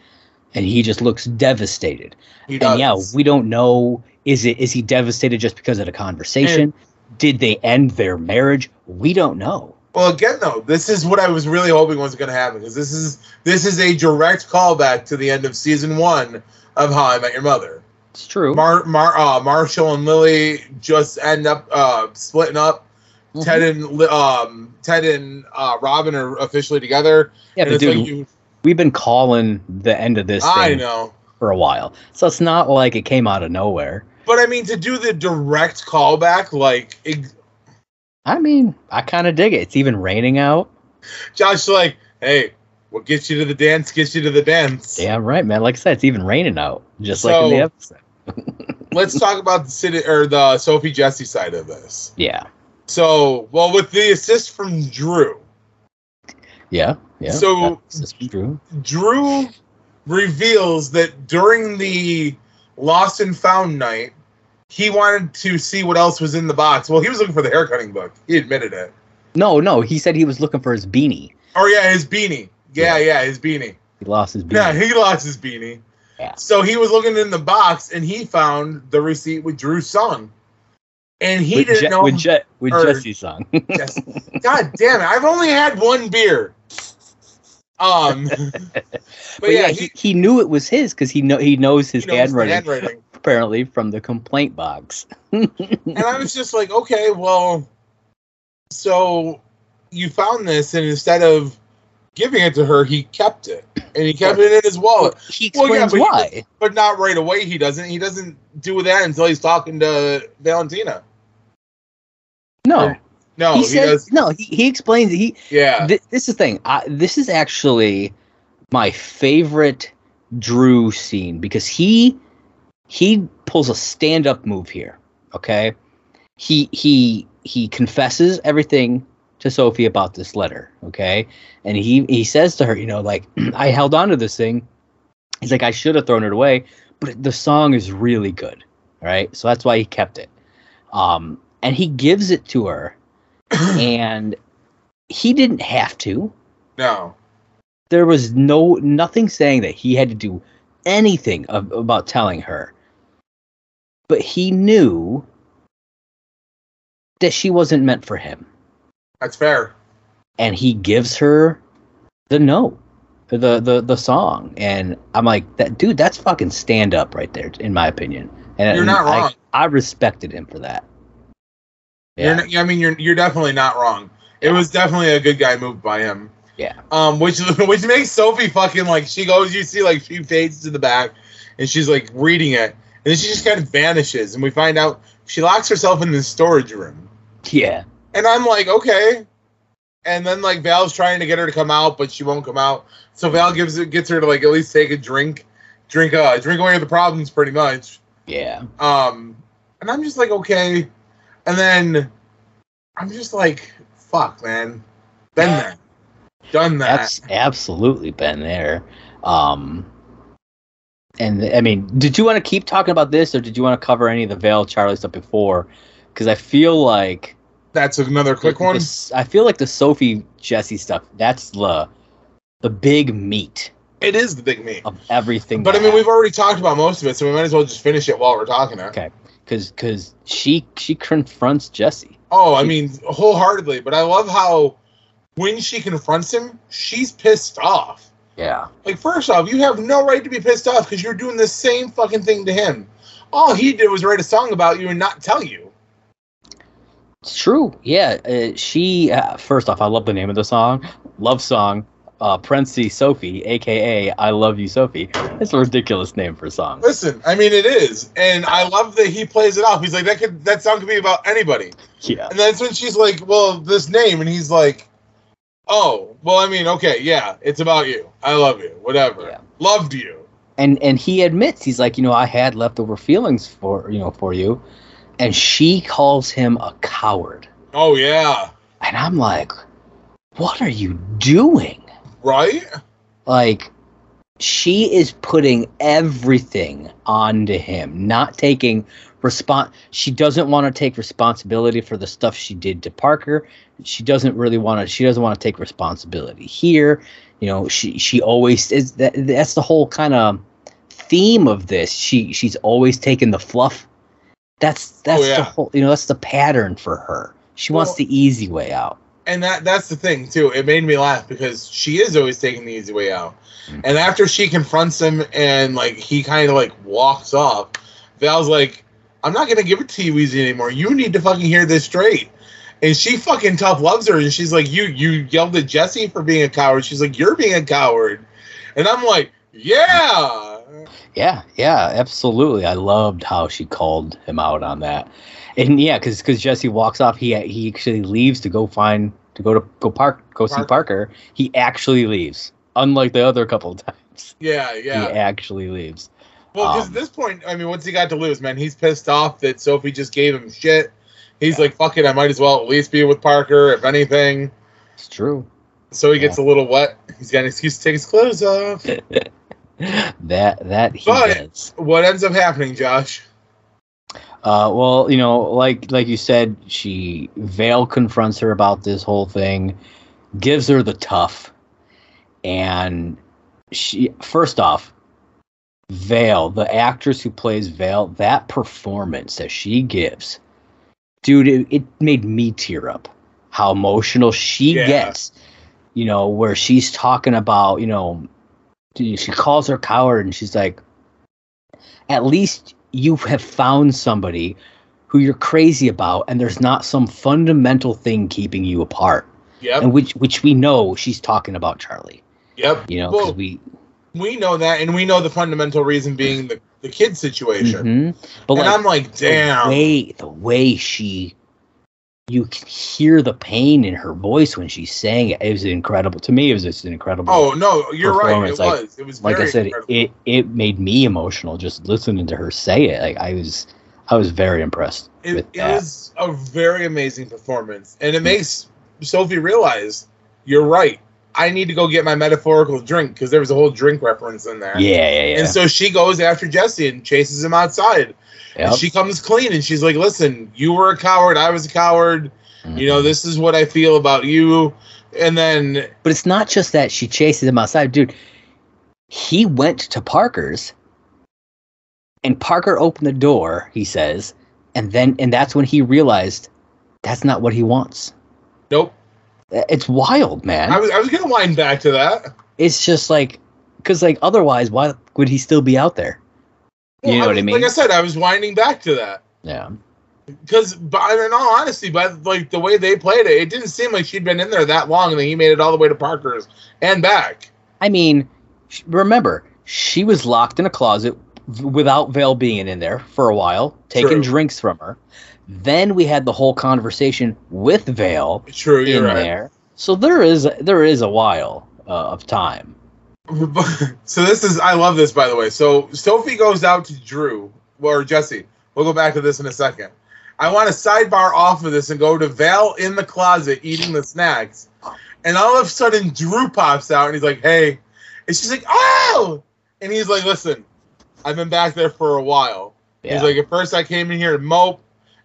Speaker 1: and he just looks devastated.
Speaker 2: He
Speaker 1: And yeah,
Speaker 2: does.
Speaker 1: we don't know is it is he devastated just because of the conversation? Did they end their marriage? We don't know.
Speaker 2: Well, again though, this is what I was really hoping was going to happen because this is this is a direct callback to the end of season one of How I Met Your Mother.
Speaker 1: It's true.
Speaker 2: Mar, Mar, uh, Marshall and Lily just end up uh, splitting up.
Speaker 1: Mhm.
Speaker 2: Ted and Li- um, Ted and uh, Robin are officially together.
Speaker 1: yeah,
Speaker 2: and
Speaker 1: but
Speaker 2: it's
Speaker 1: dude,
Speaker 2: like you,
Speaker 1: We've been calling the end of this
Speaker 2: I
Speaker 1: thing
Speaker 2: know.
Speaker 1: for a while, so it's not like it came out of nowhere.
Speaker 2: But I mean, to do the direct callback, like ex-
Speaker 1: I mean, I kind of dig it. It's even raining out.
Speaker 2: Josh, like, hey, what gets you to the dance gets you to the dance.
Speaker 1: Damn right, man. Like I said, it's even raining out, just like in the
Speaker 2: So-
Speaker 1: episode.
Speaker 2: Let's talk about the city or the Sophie Jesse side of this.
Speaker 1: Yeah,
Speaker 2: So, well, with the assist from Drew,
Speaker 1: yeah, yeah.
Speaker 2: So-
Speaker 1: that's, that's true.
Speaker 2: Drew reveals that during the lost and found night, he wanted to see what else was in the box. Well, he was looking for the hair cutting book. He admitted it.
Speaker 1: No, no. He said he was looking for his beanie.
Speaker 2: Or yeah, his beanie. Yeah, yeah, his beanie.
Speaker 1: He lost his beanie.
Speaker 2: Yeah, he lost his beanie.
Speaker 1: Yeah.
Speaker 2: So he was looking in the box and he found the receipt with Drew's son. And he
Speaker 1: with
Speaker 2: didn't
Speaker 1: Je-
Speaker 2: know
Speaker 1: with, Je- with
Speaker 2: or-
Speaker 1: Jesse's song.
Speaker 2: Yes. God damn it. I've only had one beer. Um But,
Speaker 1: But yeah, he, he knew it was his because he know he knows his
Speaker 2: he knows the
Speaker 1: handwriting
Speaker 2: handwriting.
Speaker 1: apparently from the complaint box.
Speaker 2: and I was just like, okay, well, so you found this, and instead of giving it to her, he kept it, and he kept it in his wallet.
Speaker 1: He
Speaker 2: Oh, Well, yeah,
Speaker 1: explains
Speaker 2: but he
Speaker 1: why.
Speaker 2: But not right away. He doesn't. He doesn't do that until he's talking to Valentina.
Speaker 1: no,
Speaker 2: No,
Speaker 1: he,
Speaker 2: Oh, he,
Speaker 1: says
Speaker 2: does.
Speaker 1: no. He, he explains. He
Speaker 2: Yeah,
Speaker 1: thi- this is the thing. I, this is actually my favorite Drew scene because he he pulls a stand up move here. Okay, he he he confesses everything to Sophie about this letter. Okay, and he he says to her, you know, like I held on to this thing. He's like, I should have thrown it away, but the song is really good, right? So that's why he kept it. Um, and he gives it to her, and he didn't have to.
Speaker 2: no.
Speaker 1: There was no nothing saying that he had to do anything of, about telling her. But he knew that she wasn't meant for him,
Speaker 2: That's fair.
Speaker 1: and he gives her the note, the the the song, and I'm like, that dude, that's fucking stand up right there, in my opinion. And
Speaker 2: You're not
Speaker 1: I-
Speaker 2: wrong.
Speaker 1: I, respected him for that.
Speaker 2: You're not, I mean, you're you're definitely not wrong. It was definitely a good guy move by him.
Speaker 1: Yeah.
Speaker 2: Um, which which makes Sophie fucking like she goes. You see, like she fades to the back, and she's like reading it, and then she just kind of vanishes, and we find out she locks herself in the storage room,
Speaker 1: yeah.
Speaker 2: and I'm like, okay. And then like Val's trying to get her to come out, but she won't come out. So Val gives it gets her to like at least take a drink, drink uh drink away the problems pretty much.
Speaker 1: Yeah.
Speaker 2: Um, and I'm just like, okay. And then I'm just like, fuck, man. Been there. Done that.
Speaker 1: That's absolutely been there. Um, and I mean, did you want to keep talking about this, or did you want to cover any of the Veil Charlie stuff before? Because I feel like
Speaker 2: That's another quick
Speaker 1: the-
Speaker 2: one.
Speaker 1: the- I feel like the Sophie Jesse stuff. That's the the big meat
Speaker 2: It is the big meat.
Speaker 1: of everything.
Speaker 2: But I mean, we've already talked about most of it, so we might as well just finish it while we're talking. It.
Speaker 1: Okay. because because she she confronts Jesse.
Speaker 2: Oh, I mean, wholeheartedly. But I love how when she confronts him, she's pissed off.
Speaker 1: Yeah.
Speaker 2: Like, first off, you have no right to be pissed off because you're doing the same fucking thing to him. All he did was write a song about you and not tell you.
Speaker 1: It's true. Yeah. Uh, she, uh, first off, I love the name of the song. Love song. Uh, Prency Sophie, aka I Love You Sophie. It's a ridiculous name for a song.
Speaker 2: Listen, I mean it is, and I love that he plays it off. He's like that could that song could be about anybody,
Speaker 1: Yeah.
Speaker 2: and that's when she's like, "Well, this name," and he's like, "Oh, well, I mean, okay, yeah, it's about you. I love you, whatever.
Speaker 1: Yeah.
Speaker 2: Loved you.
Speaker 1: And and he admits he's like, you know, I had leftover feelings for you know for you, and she calls him a coward,
Speaker 2: Oh yeah,
Speaker 1: and I'm like, what are you doing?
Speaker 2: right?
Speaker 1: like she is putting everything onto him not taking respon she doesn't want to take responsibility for the stuff she did to parker she doesn't really want to she doesn't want to take responsibility here you know she she always is that that's the whole kind of theme of this she she's always taking the fluff that's that's
Speaker 2: Oh, yeah.
Speaker 1: the whole you know that's the pattern for her she wants
Speaker 2: Well-
Speaker 1: the easy way out
Speaker 2: And that that's the thing too. It made me laugh because she is always taking the easy way out, and after she confronts him and like he kind of like walks off, Val's like, "I'm not gonna give it to you easy anymore. You need to fucking hear this straight." And she fucking tough loves her, and she's like, "You you yelled at Jesse for being a coward." She's like, "You're being a coward." And I'm like, yeah.
Speaker 1: Yeah, yeah, absolutely. I loved how she called him out on that, and yeah, because Jesse walks off. He he actually leaves to go find to go to go park go see
Speaker 2: Parker.
Speaker 1: Parker. He actually leaves, unlike the other couple of times.
Speaker 2: Yeah, yeah.
Speaker 1: He actually leaves.
Speaker 2: Well, because
Speaker 1: Um,
Speaker 2: at this point, I mean, what's he got to lose, man? He's pissed off that Sophie just gave him shit. He's like, fuck it, I might as well at least be with Parker, if anything.
Speaker 1: It's true.
Speaker 2: So he gets a little wet. He's got an excuse to take his clothes off.
Speaker 1: That that he
Speaker 2: But-
Speaker 1: does.
Speaker 2: What ends up happening, Josh?
Speaker 1: Uh, well, you know, like like you said, she Vale confronts her about this whole thing, gives her the tough, and she first off, Vale, the actress who plays Vale, that performance that she gives, dude, it, it made me tear up. How emotional she
Speaker 2: Yeah.
Speaker 1: gets, you know, where she's talking about, you know, she calls her coward, and she's like, at least you have found somebody who you're crazy about and there's not some fundamental thing keeping you apart
Speaker 2: Yep.
Speaker 1: and which which we know she's talking about charlie
Speaker 2: Yep.
Speaker 1: you know because
Speaker 2: well, we,
Speaker 1: we
Speaker 2: know that, and we know the fundamental reason being the, the kid situation.
Speaker 1: Mhm. but
Speaker 2: and
Speaker 1: like
Speaker 2: I'm like,
Speaker 1: the
Speaker 2: damn.
Speaker 1: way the way she you can hear the pain in her voice when she's saying it. It was incredible. To me, it was just an incredible.
Speaker 2: Oh, no, you're right. It
Speaker 1: performance, like-
Speaker 2: was. It was
Speaker 1: like
Speaker 2: very
Speaker 1: I said,
Speaker 2: incredible.
Speaker 1: it it made me emotional just listening to her say it. Like I was, I was very impressed
Speaker 2: it,
Speaker 1: with
Speaker 2: it
Speaker 1: that.
Speaker 2: was a very amazing performance and it makes sophie realize you're right i need to go get my metaphorical drink because there was a whole drink reference in there
Speaker 1: yeah, yeah, yeah.
Speaker 2: and so she goes after jesse and chases him outside
Speaker 1: Yep.
Speaker 2: and she comes clean and she's like listen you were a coward i was a coward you
Speaker 1: Mm-hmm.
Speaker 2: know this is what i feel about you and then
Speaker 1: But it's not just that she chases him outside, dude. He went to Parker's, and Parker opened the door. He says, and then and that's when he realized that's not what he wants.
Speaker 2: nope
Speaker 1: It's wild, man.
Speaker 2: i was, I was gonna wind back to that
Speaker 1: it's just like because like otherwise, why would he still be out there? You know
Speaker 2: Well,
Speaker 1: what I
Speaker 2: was-
Speaker 1: mean?
Speaker 2: like i said i was winding back to that
Speaker 1: yeah,
Speaker 2: Because, by in all honesty, by like the way they played it, it didn't seem like she'd been in there that long, and then he made it all the way to Parker's and back.
Speaker 1: I mean, sh- remember she was locked in a closet v- without Vale being in there for a while, taking
Speaker 2: True.
Speaker 1: drinks from her. Then we had the whole conversation with Vale.
Speaker 2: True,
Speaker 1: in
Speaker 2: you're right.
Speaker 1: there. So there is there is a while uh, of time.
Speaker 2: so this is, I love this, by the way. So Sophie goes out to Drew or Jesse. We'll go back to this in a second. I want to sidebar off of this and go to Val in the closet eating the snacks, and all of a sudden Drew pops out and he's like, "Hey," and she's like, "Oh," and he's like, "Listen, I've been back there for a while."
Speaker 1: Yeah.
Speaker 2: He's like, at first I came in here to mope,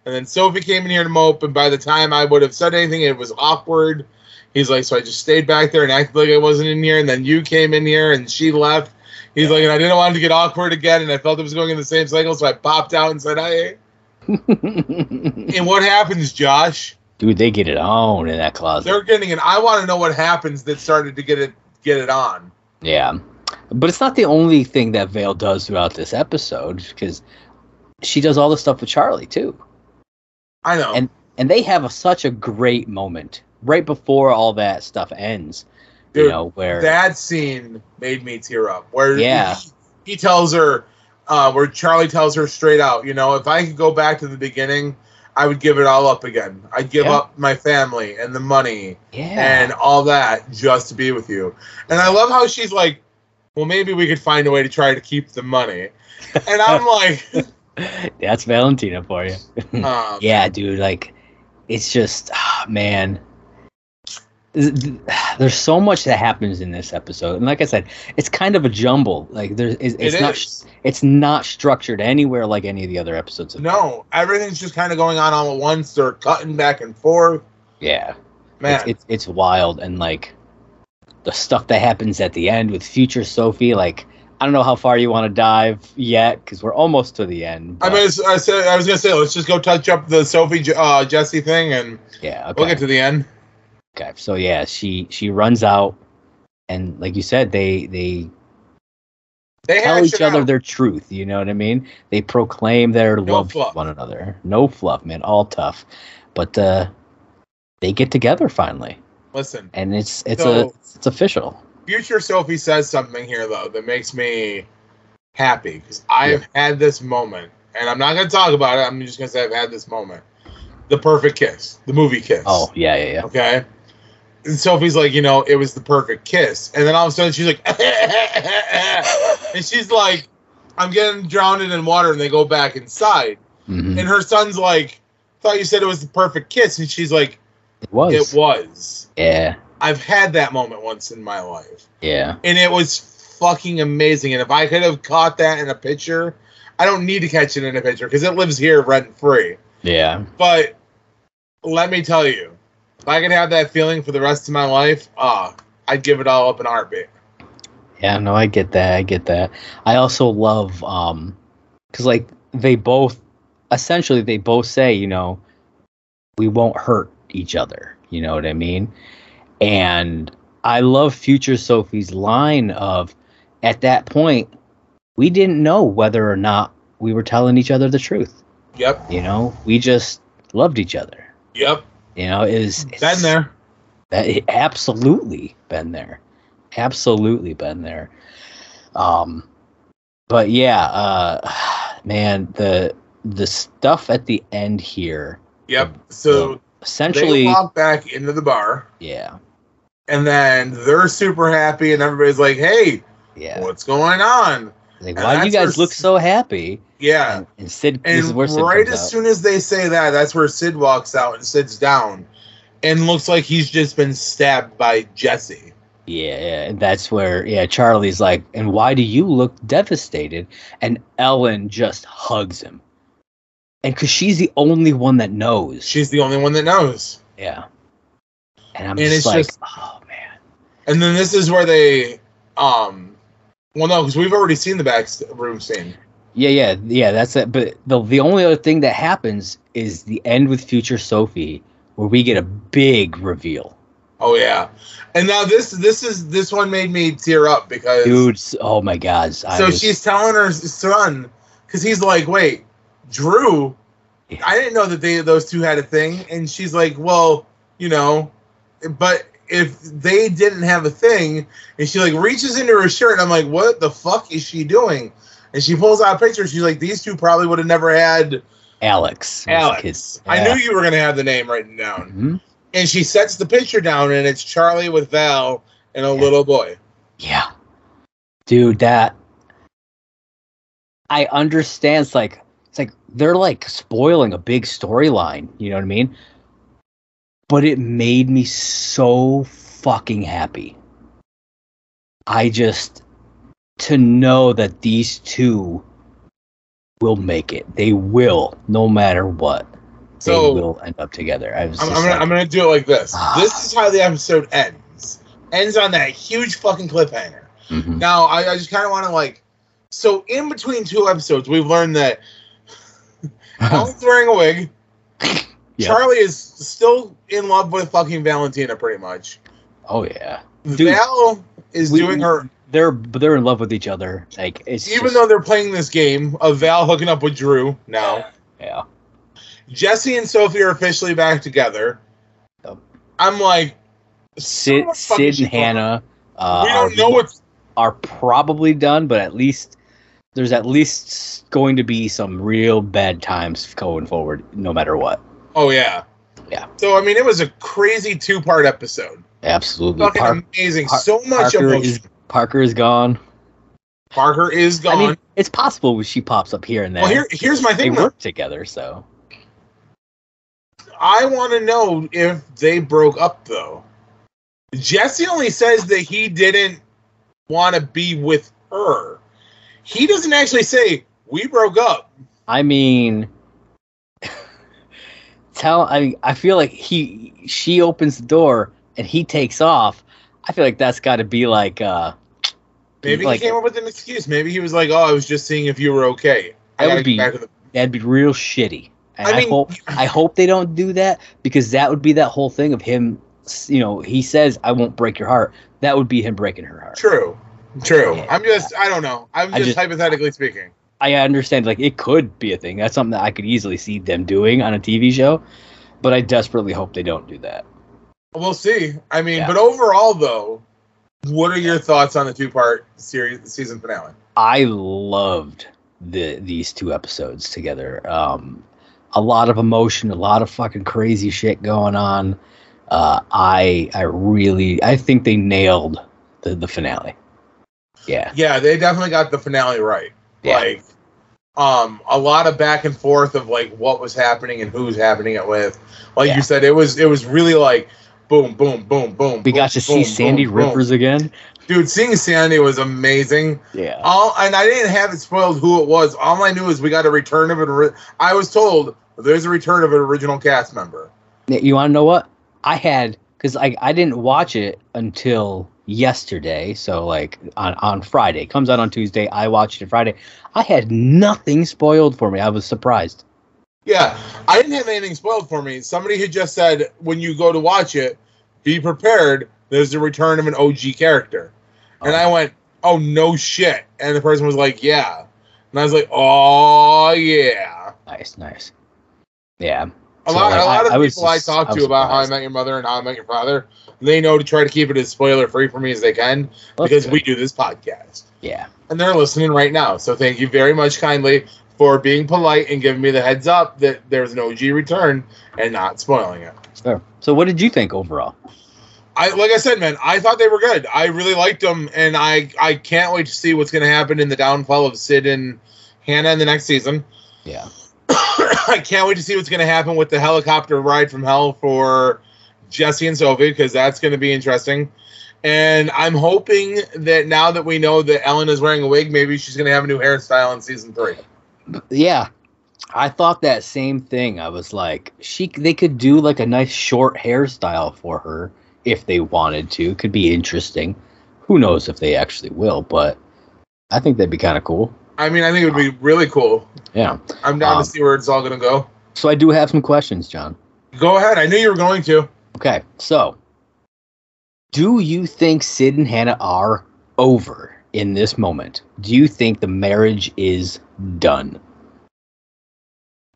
Speaker 2: and then Sophie came in here to mope, and by the time I would have said anything, it was awkward. He's like, so I just stayed back there and acted like I wasn't in here, and then you came in here and she left. He's like, and I didn't want it to get awkward again, and I felt it was going in the same cycle, so I popped out and said, hey. And what happens, Josh?
Speaker 1: Dude, they get it on in that closet.
Speaker 2: They're getting an I want to know what happens that started to get it get it on.
Speaker 1: yeah. But it's not the only thing that Vale does throughout this episode because she does all this stuff with Charlie too.
Speaker 2: I know.
Speaker 1: And and they have a, such a great moment right before all that stuff ends. you
Speaker 2: Dude,
Speaker 1: know, where
Speaker 2: that scene made me tear up. Where
Speaker 1: Yeah.
Speaker 2: he, he tells her, uh, where Charlie tells her straight out, you know, if I could go back to the beginning, I would give it all up again. I'd give
Speaker 1: Yeah.
Speaker 2: up my family and the money
Speaker 1: yeah.
Speaker 2: and all that just to be with you. And I love how she's like, well, maybe we could find a way to try to keep the money. And I'm like,
Speaker 1: That's Valentina for you.
Speaker 2: um,
Speaker 1: Hmm. yeah dude like it's just ah, man Th- th- there's so much that happens in this episode and like i said it's kind of a jumble like there's it's,
Speaker 2: it
Speaker 1: it's not
Speaker 2: is.
Speaker 1: it's not structured anywhere like any of the other episodes of
Speaker 2: No, everything's just kind of going on all at once. They're cutting back and forth.
Speaker 1: yeah
Speaker 2: Man,
Speaker 1: It's, it's it's wild and like the stuff that happens at the end with future sophie like i don't know how far you want to dive yet because we're almost to the end
Speaker 2: I
Speaker 1: but-
Speaker 2: mean, it's- I said I was gonna say let's just go touch up the Sophie J- uh, Jesse thing, and
Speaker 1: yeah okay.
Speaker 2: we'll get to the end.
Speaker 1: Okay, so yeah, she she runs out, and like you said, they they
Speaker 2: They
Speaker 1: tell
Speaker 2: hash
Speaker 1: each
Speaker 2: it
Speaker 1: other
Speaker 2: out.
Speaker 1: their truth. You know what I mean? They proclaim their
Speaker 2: No
Speaker 1: love
Speaker 2: fluff.
Speaker 1: for one another. No fluff, man. All tough, but uh, they get together finally,
Speaker 2: Listen,
Speaker 1: and it's it's a
Speaker 2: So-
Speaker 1: it's official.
Speaker 2: future Sophie says something here though that makes me happy because I've had this moment, and I'm not going to talk about it. I'm just going to say I've had this moment. The perfect kiss, the movie kiss.
Speaker 1: Oh yeah, yeah, yeah.
Speaker 2: Okay. And Sophie's like, you know, it was the perfect kiss. And then all of a sudden she's like, and she's like, I'm getting drowned in water. And they go back inside.
Speaker 1: Mhm.
Speaker 2: And her son's like, thought you said it was the perfect kiss. And she's like,
Speaker 1: It was.
Speaker 2: it was.
Speaker 1: Yeah,
Speaker 2: I've had that moment once in my life.
Speaker 1: yeah.
Speaker 2: And it was fucking amazing. And if I could have caught that in a picture, I don't need to catch it in a picture because it lives here rent free.
Speaker 1: Yeah.
Speaker 2: But let me tell you, if I could have that feeling for the rest of my life, ah, I'd give it all up in a heartbeat.
Speaker 1: Yeah, no, I get that. I get that. I also love um cuz like they both essentially they both say, you know, we won't hurt each other. You know what I mean? And I love future Sophie's line of at that point we didn't know whether or not we were telling each other the truth.
Speaker 2: Yep,
Speaker 1: You know, we just loved each other.
Speaker 2: yep,
Speaker 1: You know, is
Speaker 2: been there.
Speaker 1: that it absolutely been there. Absolutely been there. Um but yeah, uh man, the the stuff at the end here
Speaker 2: Yep. So
Speaker 1: essentially
Speaker 2: they walk back into the bar,
Speaker 1: yeah.
Speaker 2: and then they're super happy, and everybody's like, "Hey,
Speaker 1: Yeah.
Speaker 2: what's going on?"
Speaker 1: Like
Speaker 2: and
Speaker 1: why do you
Speaker 2: that's where
Speaker 1: guys look
Speaker 2: s-
Speaker 1: so happy?
Speaker 2: Yeah.
Speaker 1: And, and Sid this is
Speaker 2: And
Speaker 1: where Sid
Speaker 2: right
Speaker 1: comes
Speaker 2: as
Speaker 1: out.
Speaker 2: soon as they say that, that's where Sid walks out and sits down and looks like he's just been stabbed by Jesse.
Speaker 1: Yeah, yeah, and that's where yeah, Charlie's like, and why do you look devastated? And Ellen just hugs him. And cause she's the only one that knows.
Speaker 2: She's the only one that knows.
Speaker 1: Yeah. And I'm
Speaker 2: And
Speaker 1: just
Speaker 2: it's
Speaker 1: like,
Speaker 2: just-
Speaker 1: oh man.
Speaker 2: And then this is where they, um, well, no, because we've already seen the back room scene.
Speaker 1: Yeah, yeah, yeah, that's it. But the the only other thing that happens is the end with future Sophie where we get a big reveal.
Speaker 2: Oh yeah, and now this this is this one made me tear up because
Speaker 1: Dude, s- oh my god. I
Speaker 2: so
Speaker 1: was-
Speaker 2: she's telling her son because he's like, wait, Drew, I didn't know that they those two had a thing, and she's like, well, you know, but if they didn't have a thing, and she like reaches into her shirt, and I'm like, what the fuck is she doing? And she pulls out a picture. She's like, these two probably would have never had
Speaker 1: Alex. was the kid.
Speaker 2: Alex. I
Speaker 1: Yeah.
Speaker 2: knew you were gonna have the name written down.
Speaker 1: Mhm.
Speaker 2: And she sets the picture down, and it's Charlie with Val and a little boy.
Speaker 1: Yeah. Dude, that I understand it's like it's like they're like spoiling a big storyline, you know what I mean? But it made me so fucking happy. I just to know that these two will make it. They will, no matter what.
Speaker 2: So
Speaker 1: they will end up together. I was
Speaker 2: I'm,
Speaker 1: just
Speaker 2: I'm, gonna,
Speaker 1: like,
Speaker 2: I'm gonna do it like this. this is how the episode ends. Ends on that huge fucking cliffhanger.
Speaker 1: mhm.
Speaker 2: Now I, I just kind of want to like, so in between two episodes, we've learned that Ellen's wearing a wig.
Speaker 1: Yeah.
Speaker 2: Charlie is still in love with fucking Valentina, pretty much.
Speaker 1: Oh yeah.
Speaker 2: Val is
Speaker 1: we-
Speaker 2: doing her,
Speaker 1: They're they're in love with each other. Like it's
Speaker 2: even
Speaker 1: just-
Speaker 2: though they're playing this game of Val hooking up with Drew. Now
Speaker 1: Yeah.
Speaker 2: Jesse and Sophie are officially back together.
Speaker 1: Yep.
Speaker 2: I'm like,
Speaker 1: Sid,
Speaker 2: someone fucking
Speaker 1: Sid
Speaker 2: should-
Speaker 1: and Hannah. Uh,
Speaker 2: We don't
Speaker 1: are,
Speaker 2: know what's
Speaker 1: are probably done, but at least there's at least going to be some real bad times going forward, no matter what.
Speaker 2: Oh yeah.
Speaker 1: Yeah.
Speaker 2: So I mean, it was a crazy two-part episode.
Speaker 1: Absolutely,
Speaker 2: Fucking
Speaker 1: Par-
Speaker 2: amazing.
Speaker 1: Par-
Speaker 2: so much
Speaker 1: Parker
Speaker 2: emotion.
Speaker 1: is Parker is gone.
Speaker 2: Parker is gone.
Speaker 1: I mean, it's possible she pops up here and there.
Speaker 2: well, here, here's my
Speaker 1: they
Speaker 2: thing. Though.
Speaker 1: work together, so
Speaker 2: I want to know if they broke up though. Jesse only says that he didn't want to be with her. He doesn't actually say we broke up.
Speaker 1: I mean, tell. I I feel like he she opens the door and he takes off. I feel like that's got to be like uh,
Speaker 2: Maybe
Speaker 1: Like-
Speaker 2: he came up with an excuse. Maybe he was like, "Oh, I was just seeing if you were okay."
Speaker 1: That
Speaker 2: I gotta
Speaker 1: would
Speaker 2: get
Speaker 1: be-
Speaker 2: back to the
Speaker 1: That'd be real shitty. And
Speaker 2: I
Speaker 1: I,
Speaker 2: mean-
Speaker 1: hope I hope they don't do that because that would be that whole thing of him. s- You know, he says, "I won't break your heart." That would be him breaking her heart.
Speaker 2: true. True.
Speaker 1: Yeah.
Speaker 2: I'm just. I don't know. I'm
Speaker 1: I
Speaker 2: just
Speaker 1: just-
Speaker 2: hypothetically speaking.
Speaker 1: I understand, like it could be a thing. That's something that I could easily see them doing on a TV show, but I desperately hope they don't do that.
Speaker 2: We'll see. I mean,
Speaker 1: Yeah.
Speaker 2: but overall, though, What are your thoughts on the two part series season finale?
Speaker 1: I loved the these two episodes together. Um, a lot of emotion, a lot of fucking crazy shit going on. Uh, I I really I think they nailed the, the finale. Yeah,
Speaker 2: Yeah, they definitely got the finale right.
Speaker 1: Yeah.
Speaker 2: Like um a lot of back and forth of like what was happening and who was happening it with. Like
Speaker 1: Yeah.
Speaker 2: you said, it was it was really like boom, boom, boom, boom.
Speaker 1: we
Speaker 2: boom,
Speaker 1: got to see
Speaker 2: boom,
Speaker 1: Sandy
Speaker 2: boom, boom.
Speaker 1: Rivers again. Uh,
Speaker 2: Dude, seeing Sandy was amazing.
Speaker 1: Yeah,
Speaker 2: All and I didn't have it spoiled who it was. All I knew is we got a return of an. ori- I was told there's a return of an original cast member.
Speaker 1: you want to know what I had? Because I I didn't watch it until yesterday. So like on on Friday It comes out on Tuesday. I watched it Friday. I had nothing spoiled for me. I was surprised.
Speaker 2: Yeah, I didn't have anything spoiled for me. Somebody had just said when you go to watch it, be prepared. There's a return of an OG character, and I went, "Oh no shit!" And the person was like, "Yeah," and I was like, "Oh yeah."
Speaker 1: Nice, nice. Yeah,
Speaker 2: A
Speaker 1: So,
Speaker 2: lot,
Speaker 1: like,
Speaker 2: a lot
Speaker 1: I-
Speaker 2: of
Speaker 1: I was
Speaker 2: people I
Speaker 1: just-
Speaker 2: talk
Speaker 1: I
Speaker 2: to
Speaker 1: was
Speaker 2: about how I
Speaker 1: surprised.
Speaker 2: met your mother and how I met your father, they know to try to keep it as spoiler free for me as they can
Speaker 1: That's
Speaker 2: because
Speaker 1: good.
Speaker 2: we do this podcast.
Speaker 1: yeah.
Speaker 2: and they're listening right now. So thank you very much kindly for being polite and giving me the heads up that there's an OG return and not spoiling it.
Speaker 1: Sure. So what did you think overall?
Speaker 2: I like I said, man, I thought they were good. I really liked them, and I I can't wait to see what's going to happen in the downfall of Sid and Hannah in the next season.
Speaker 1: Yeah.
Speaker 2: I can't wait to see what's going to happen with the helicopter ride from hell for Jesse and Sophie because that's going to be interesting. And I'm hoping that now that we know that Ellen is wearing a wig, maybe she's going to have a new hairstyle in season three.
Speaker 1: Yeah. I thought that same thing. I was like, she they could do like a nice short hairstyle for her if they wanted to. Could be interesting. Who knows if they actually will, but I think that'd be kind of cool.
Speaker 2: I mean, I think it would be really cool.
Speaker 1: Yeah.
Speaker 2: I'm down
Speaker 1: Um,
Speaker 2: to see where it's all going to go.
Speaker 1: So I do have some questions, John.
Speaker 2: Go ahead. I knew you were going to.
Speaker 1: Okay. So, do you think Sid and Hannah are over in this moment? Do you think the marriage is done?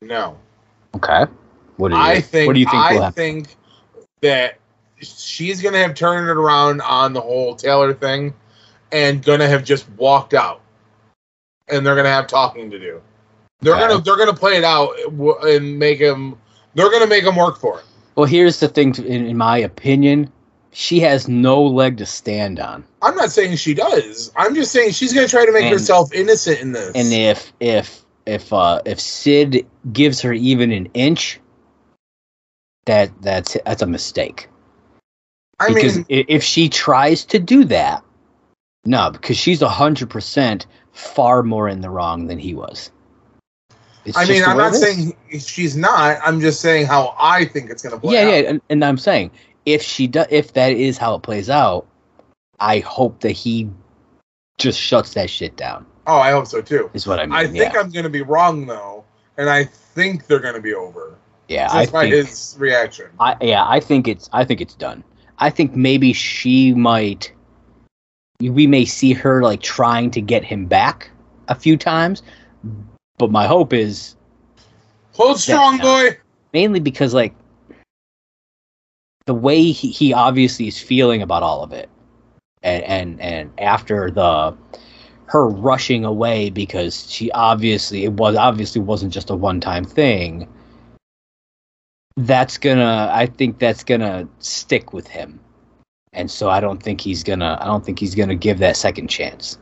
Speaker 2: No,
Speaker 1: Okay. What do you,
Speaker 2: I think.
Speaker 1: what do you think will
Speaker 2: I
Speaker 1: happen?
Speaker 2: think that she's going to have turned it around on the whole Taylor thing, and going to have just walked out, and they're going to have talking to do. They're
Speaker 1: Okay.
Speaker 2: gonna they're gonna play it out w- and make him. They're gonna make him work for it.
Speaker 1: Well, here's the thing, in, in my opinion, she has no leg to stand on.
Speaker 2: I'm not saying she does. I'm just saying she's gonna try to make
Speaker 1: And-
Speaker 2: herself innocent in this.
Speaker 1: And if if if uh, if Sid gives her even an inch, that that's that's a mistake.
Speaker 2: I
Speaker 1: because
Speaker 2: mean,
Speaker 1: i- if she tries to do that, no, because she's hundred percent far more in the wrong than he was. It's
Speaker 2: I
Speaker 1: just
Speaker 2: mean,
Speaker 1: the
Speaker 2: I'm
Speaker 1: way it
Speaker 2: not
Speaker 1: is.
Speaker 2: saying she's not. I'm just saying how I think it's going to play.
Speaker 1: yeah,
Speaker 2: out.
Speaker 1: yeah, and, and I'm saying if she does, if that is how it plays out, I hope that he just shuts that shit down.
Speaker 2: Oh, I hope so too.
Speaker 1: Is what I mean.
Speaker 2: I think
Speaker 1: yeah,
Speaker 2: I'm going to be wrong though, and I think they're going to be over.
Speaker 1: yeah, I
Speaker 2: Just by
Speaker 1: think,
Speaker 2: his reaction.
Speaker 1: I yeah, I think it's I think it's done. I think maybe she might. We may see her like trying to get him back a few times, but my hope is
Speaker 2: Hold strong,
Speaker 1: Yeah.
Speaker 2: boy.
Speaker 1: mainly because like the way he, he obviously is feeling about all of it and and and after the her rushing away because she obviously it was obviously wasn't just a one time thing that's gonna i think that's gonna stick with him and so i don't think he's gonna i don't think he's gonna give that second chance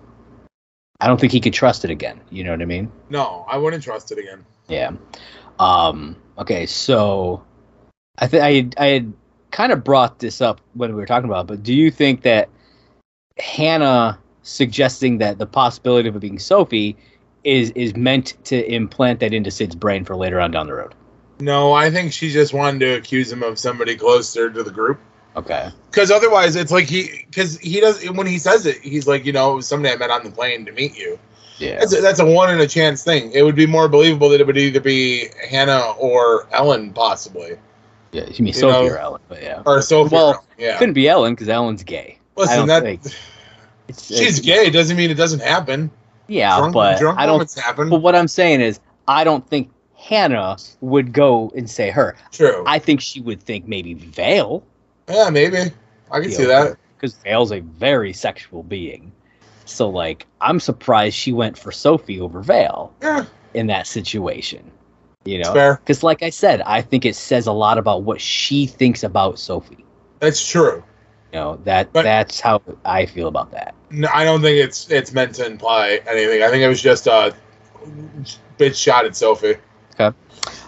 Speaker 1: i don't think he could trust it again you know what i mean
Speaker 2: No, I wouldn't trust it again.
Speaker 1: yeah. Um, okay, so I think I had, I had kind of brought this up when we were talking about, it, but do you think that Hannah suggesting that the possibility of it being Sophie is is meant to implant that into Sid's brain for later on down the road?
Speaker 2: No, I think she just wanted to accuse him of somebody closer to the group.
Speaker 1: Okay.
Speaker 2: Because otherwise, it's like he, because he does when he says it, he's like, you know, it was somebody I met on the plane to meet you.
Speaker 1: Yeah.
Speaker 2: That's a, that's a one in a chance thing. It would be more believable that it would either be Hannah or Ellen, possibly,
Speaker 1: Yeah. You mean
Speaker 2: you
Speaker 1: Sophie
Speaker 2: know,
Speaker 1: or Ellen? But yeah,
Speaker 2: or Sophie.
Speaker 1: Well,
Speaker 2: yeah.
Speaker 1: couldn't be Ellen because Ellen's gay. I
Speaker 2: Listen,
Speaker 1: don't
Speaker 2: that
Speaker 1: think- It's, it's-
Speaker 2: she's gay doesn't mean it doesn't happen.
Speaker 1: Yeah,
Speaker 2: drunk,
Speaker 1: but
Speaker 2: drunk
Speaker 1: I don't.
Speaker 2: moments happen.
Speaker 1: But what I'm saying is, I don't think Hannah would go and say her.
Speaker 2: True.
Speaker 1: I think she would think maybe Vale.
Speaker 2: yeah, maybe I can see that.
Speaker 1: because Vale's a very sexual being. So like, I'm surprised she went for Sophie over Vale
Speaker 2: Yeah,
Speaker 1: in that situation. You
Speaker 2: it's
Speaker 1: know,
Speaker 2: fair.
Speaker 1: because like I said, I think it says a lot about what she thinks about Sophie.
Speaker 2: That's true.
Speaker 1: You know that
Speaker 2: But-
Speaker 1: that's how I feel about that.
Speaker 2: No, I don't think it's it's meant to imply anything. I think it was just a bitch shot at Sophie.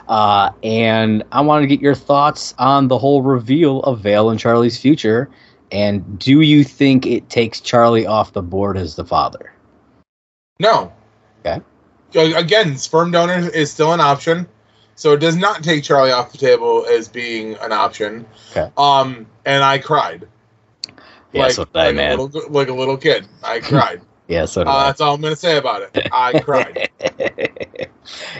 Speaker 1: Uh, and I want to get your thoughts on the whole reveal of Vale and Charlie's future. And do you think it takes Charlie off the board as the father?
Speaker 2: No.
Speaker 1: Okay.
Speaker 2: A- Again, sperm donor is still an option, so it does not take Charlie off the table as being an option.
Speaker 1: Okay.
Speaker 2: Um, and I cried.
Speaker 1: Yeah, so did I,
Speaker 2: like
Speaker 1: man.
Speaker 2: A little, like a little kid, I cried.
Speaker 1: Yeah, so do
Speaker 2: uh, that's all I'm gonna say about it. I cried.
Speaker 1: I.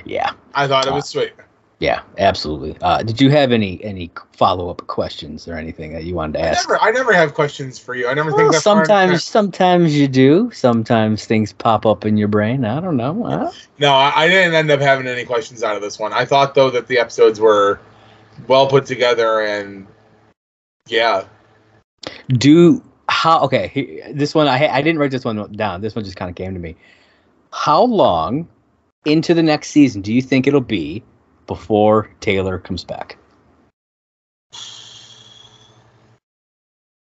Speaker 1: yeah,
Speaker 2: I thought it was sweet.
Speaker 1: yeah, absolutely. Uh, did you have any any follow up questions or anything that you wanted to
Speaker 2: I
Speaker 1: ask?
Speaker 2: never, I never have questions for you. I never
Speaker 1: Well,
Speaker 2: think that far in
Speaker 1: sometimes,
Speaker 2: advance.
Speaker 1: sometimes you do. Sometimes things pop up in your brain. I don't know. Uh,
Speaker 2: No, I, I didn't end up having any questions out of this one. I thought though that the episodes were well put together and yeah,
Speaker 1: do how okay he- this one I, I didn't write this one down this one just kind of came to me how long into the next season do you think it'll be before taylor comes back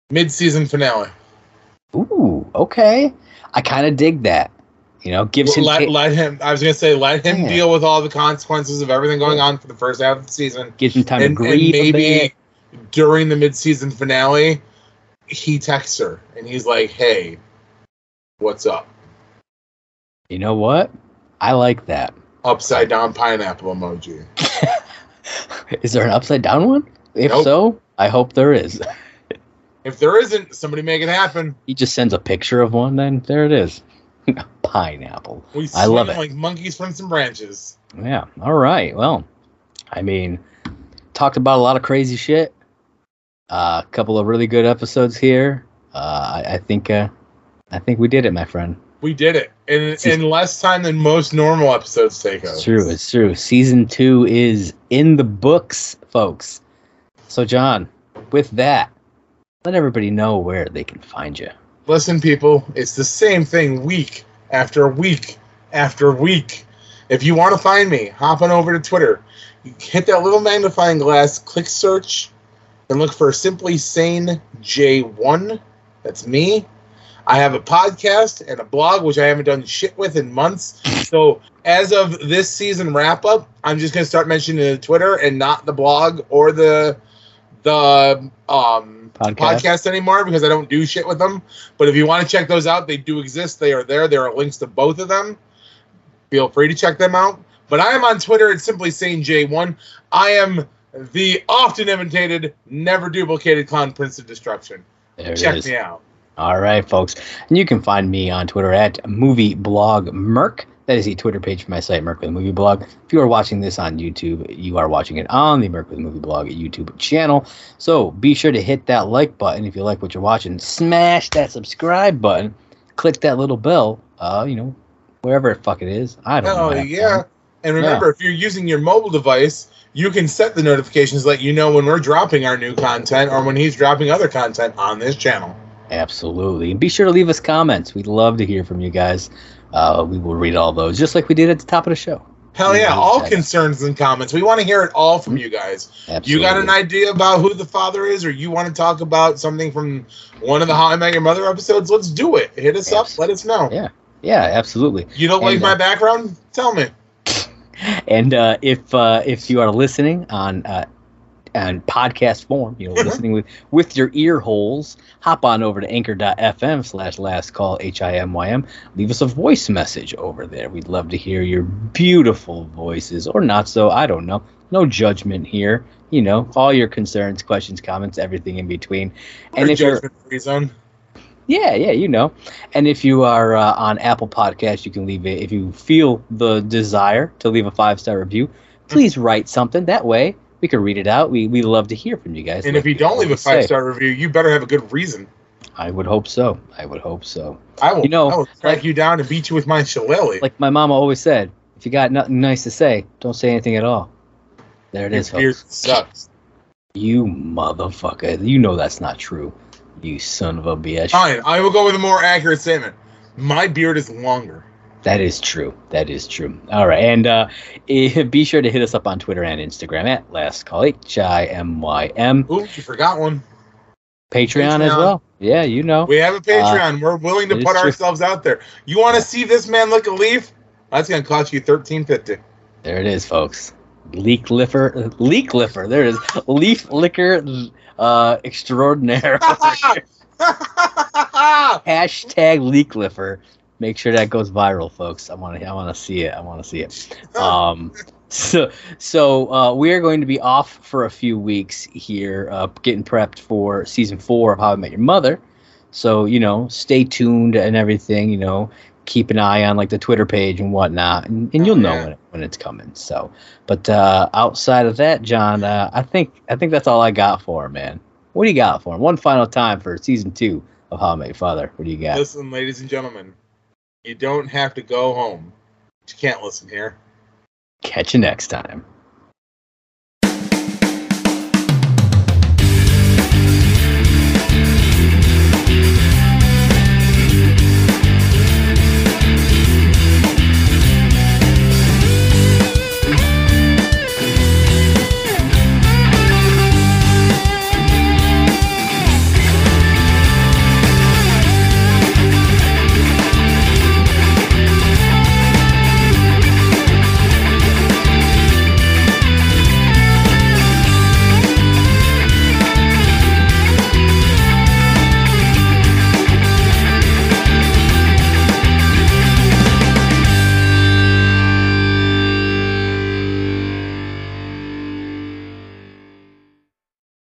Speaker 2: mid-season finale.
Speaker 1: ooh okay i kind of dig that you know gives him
Speaker 2: let,
Speaker 1: ta-
Speaker 2: let him. I was gonna say let him
Speaker 1: Yeah.
Speaker 2: deal with all the consequences of everything going on for the first half of the season,
Speaker 1: gives him time
Speaker 2: and, and
Speaker 1: to grieve a bit.
Speaker 2: maybe during the mid-season finale, he texts her and he's like, "Hey, what's up?
Speaker 1: you know what i like that
Speaker 2: Upside down pineapple emoji."
Speaker 1: is there an upside down one if
Speaker 2: Nope.
Speaker 1: so i hope there is
Speaker 2: If there isn't, somebody make it happen.
Speaker 1: he just sends a picture of one then there it is pineapple
Speaker 2: We
Speaker 1: I love
Speaker 2: swing
Speaker 1: it.
Speaker 2: like monkeys from some branches.
Speaker 1: Yeah. All right. Well, I mean, talked about a lot of crazy shit. A couple of really good episodes here. Uh, I, I think uh, I think we did it, my friend.
Speaker 2: We did it in in less time than most normal episodes take us.
Speaker 1: It's true. It's true. Season two is in the books, folks. So, John, with that, let everybody know where they can find you.
Speaker 2: Listen, people, it's the same thing week after week after week. If you want to find me, hop on over to Twitter. You hit that little magnifying glass, click search, and look for Simply Sane J1. That's me. I have a podcast and a blog, which I haven't done shit with in months. So, as of this season wrap up, I'm just going to start mentioning the Twitter and not the blog or the the um,
Speaker 1: Podcast.
Speaker 2: podcast anymore because I don't do shit with them. But if you want to check those out, they do exist. They are there. There are links to both of them. Feel free to check them out. But I am on Twitter at simply saying J1. I am the often imitated, never duplicated clown prince of destruction.
Speaker 1: There it
Speaker 2: check
Speaker 1: is.
Speaker 2: me out.
Speaker 1: All right, folks. And you can find me on Twitter at movie blog Merc. That is the Twitter page for my site, Merc with a Movie Blog. If you are watching this on YouTube, you are watching it on the Merc with a Movie Blog YouTube channel. So be sure to hit that like button if you like what you're watching. Smash that subscribe button. Click that little bell. Uh, you know, wherever the fuck it is. I don't know.
Speaker 2: Oh
Speaker 1: I have
Speaker 2: yeah.
Speaker 1: time.
Speaker 2: And remember, if you're using your mobile device, you can set the notifications to let you know when we're dropping our new content or when he's dropping other content on this channel.
Speaker 1: Absolutely. And be sure to leave us comments. We'd love to hear from you guys. Uh, we will read all those, just like we did at the top of the show.
Speaker 2: Hell yeah,
Speaker 1: Mhm.
Speaker 2: all concerns and comments. We want to hear it all from you guys.
Speaker 1: Absolutely.
Speaker 2: You got an idea about who the father is, or you want to talk about something from one of the How I Met Your Mother episodes? Let's do it. Hit us up. Let us know.
Speaker 1: Yeah. Yeah, absolutely.
Speaker 2: You don't like
Speaker 1: And,
Speaker 2: my
Speaker 1: uh,
Speaker 2: background? Tell me.
Speaker 1: And uh, if uh, if you are listening on uh, on podcast form, you know,
Speaker 2: Mhm.
Speaker 1: listening with with your ear holes, hop on over to anchor.fm slash last call H I M Y M. Leave us a voice message over there. We'd love to hear your beautiful voices or not so, I don't know. No judgment here. You know, all your concerns, questions, comments, everything in between. And
Speaker 2: Or
Speaker 1: if you're
Speaker 2: judgment free zone.
Speaker 1: yeah, yeah, you know. And if you are uh, on Apple Podcast, you can leave it. If you feel the desire to leave a five star review, please write something. That way, we can read it out. We we love to hear from you guys.
Speaker 2: And
Speaker 1: like
Speaker 2: if you don't leave a
Speaker 1: always
Speaker 2: five
Speaker 1: say.
Speaker 2: star review, you better have a good reason.
Speaker 1: I would hope so. I would hope so.
Speaker 2: I will.
Speaker 1: You know,
Speaker 2: I will track
Speaker 1: like-
Speaker 2: you down and beat you with my shillelagh.
Speaker 1: Like my mama always said, if you got nothing nice to say, don't say anything at all. There it
Speaker 2: Your
Speaker 1: is.
Speaker 2: beard
Speaker 1: folks.
Speaker 2: sucks.
Speaker 1: You motherfucker. You know that's not true. You son of a bitch.
Speaker 2: Fine, I will go with a more accurate statement. My beard is longer.
Speaker 1: That is true. That is true. All right, and uh, eh, be sure to hit us up on Twitter and Instagram at Last Call H I M Y M.
Speaker 2: Ooh, you forgot one.
Speaker 1: Patreon as
Speaker 2: Patreon.
Speaker 1: well. Yeah, you know.
Speaker 2: We have a Patreon. We're willing to
Speaker 1: it is
Speaker 2: put
Speaker 1: true.
Speaker 2: ourselves out there. You want to see this man lick a leaf? That's gonna cost you thirteen fifty.
Speaker 1: There it is, folks. Leak lifer, leak lifer. There it is leaf liquor uh, extraordinaire. Oh, Hashtag leak lifer. Make sure that goes viral, folks. I want to, I want to see it. I want to see it.
Speaker 2: Oh.
Speaker 1: Um, so, so uh, we are going to be off for a few weeks here, uh, getting prepped for season four of How I Met Your Mother. So you know, stay tuned and everything. You know, keep an eye on like the Twitter page and whatnot, and, and you'll
Speaker 2: Oh,
Speaker 1: know
Speaker 2: yeah.
Speaker 1: when, it, when it's coming. So, but uh, outside of that, John, uh, I think I think that's all I got for him, man. What do you got for him? One final time for season two of How I Met Your Father. What do you got?
Speaker 2: Listen, ladies and gentlemen, you don't have to go home. You can't listen here.
Speaker 1: Catch you next time.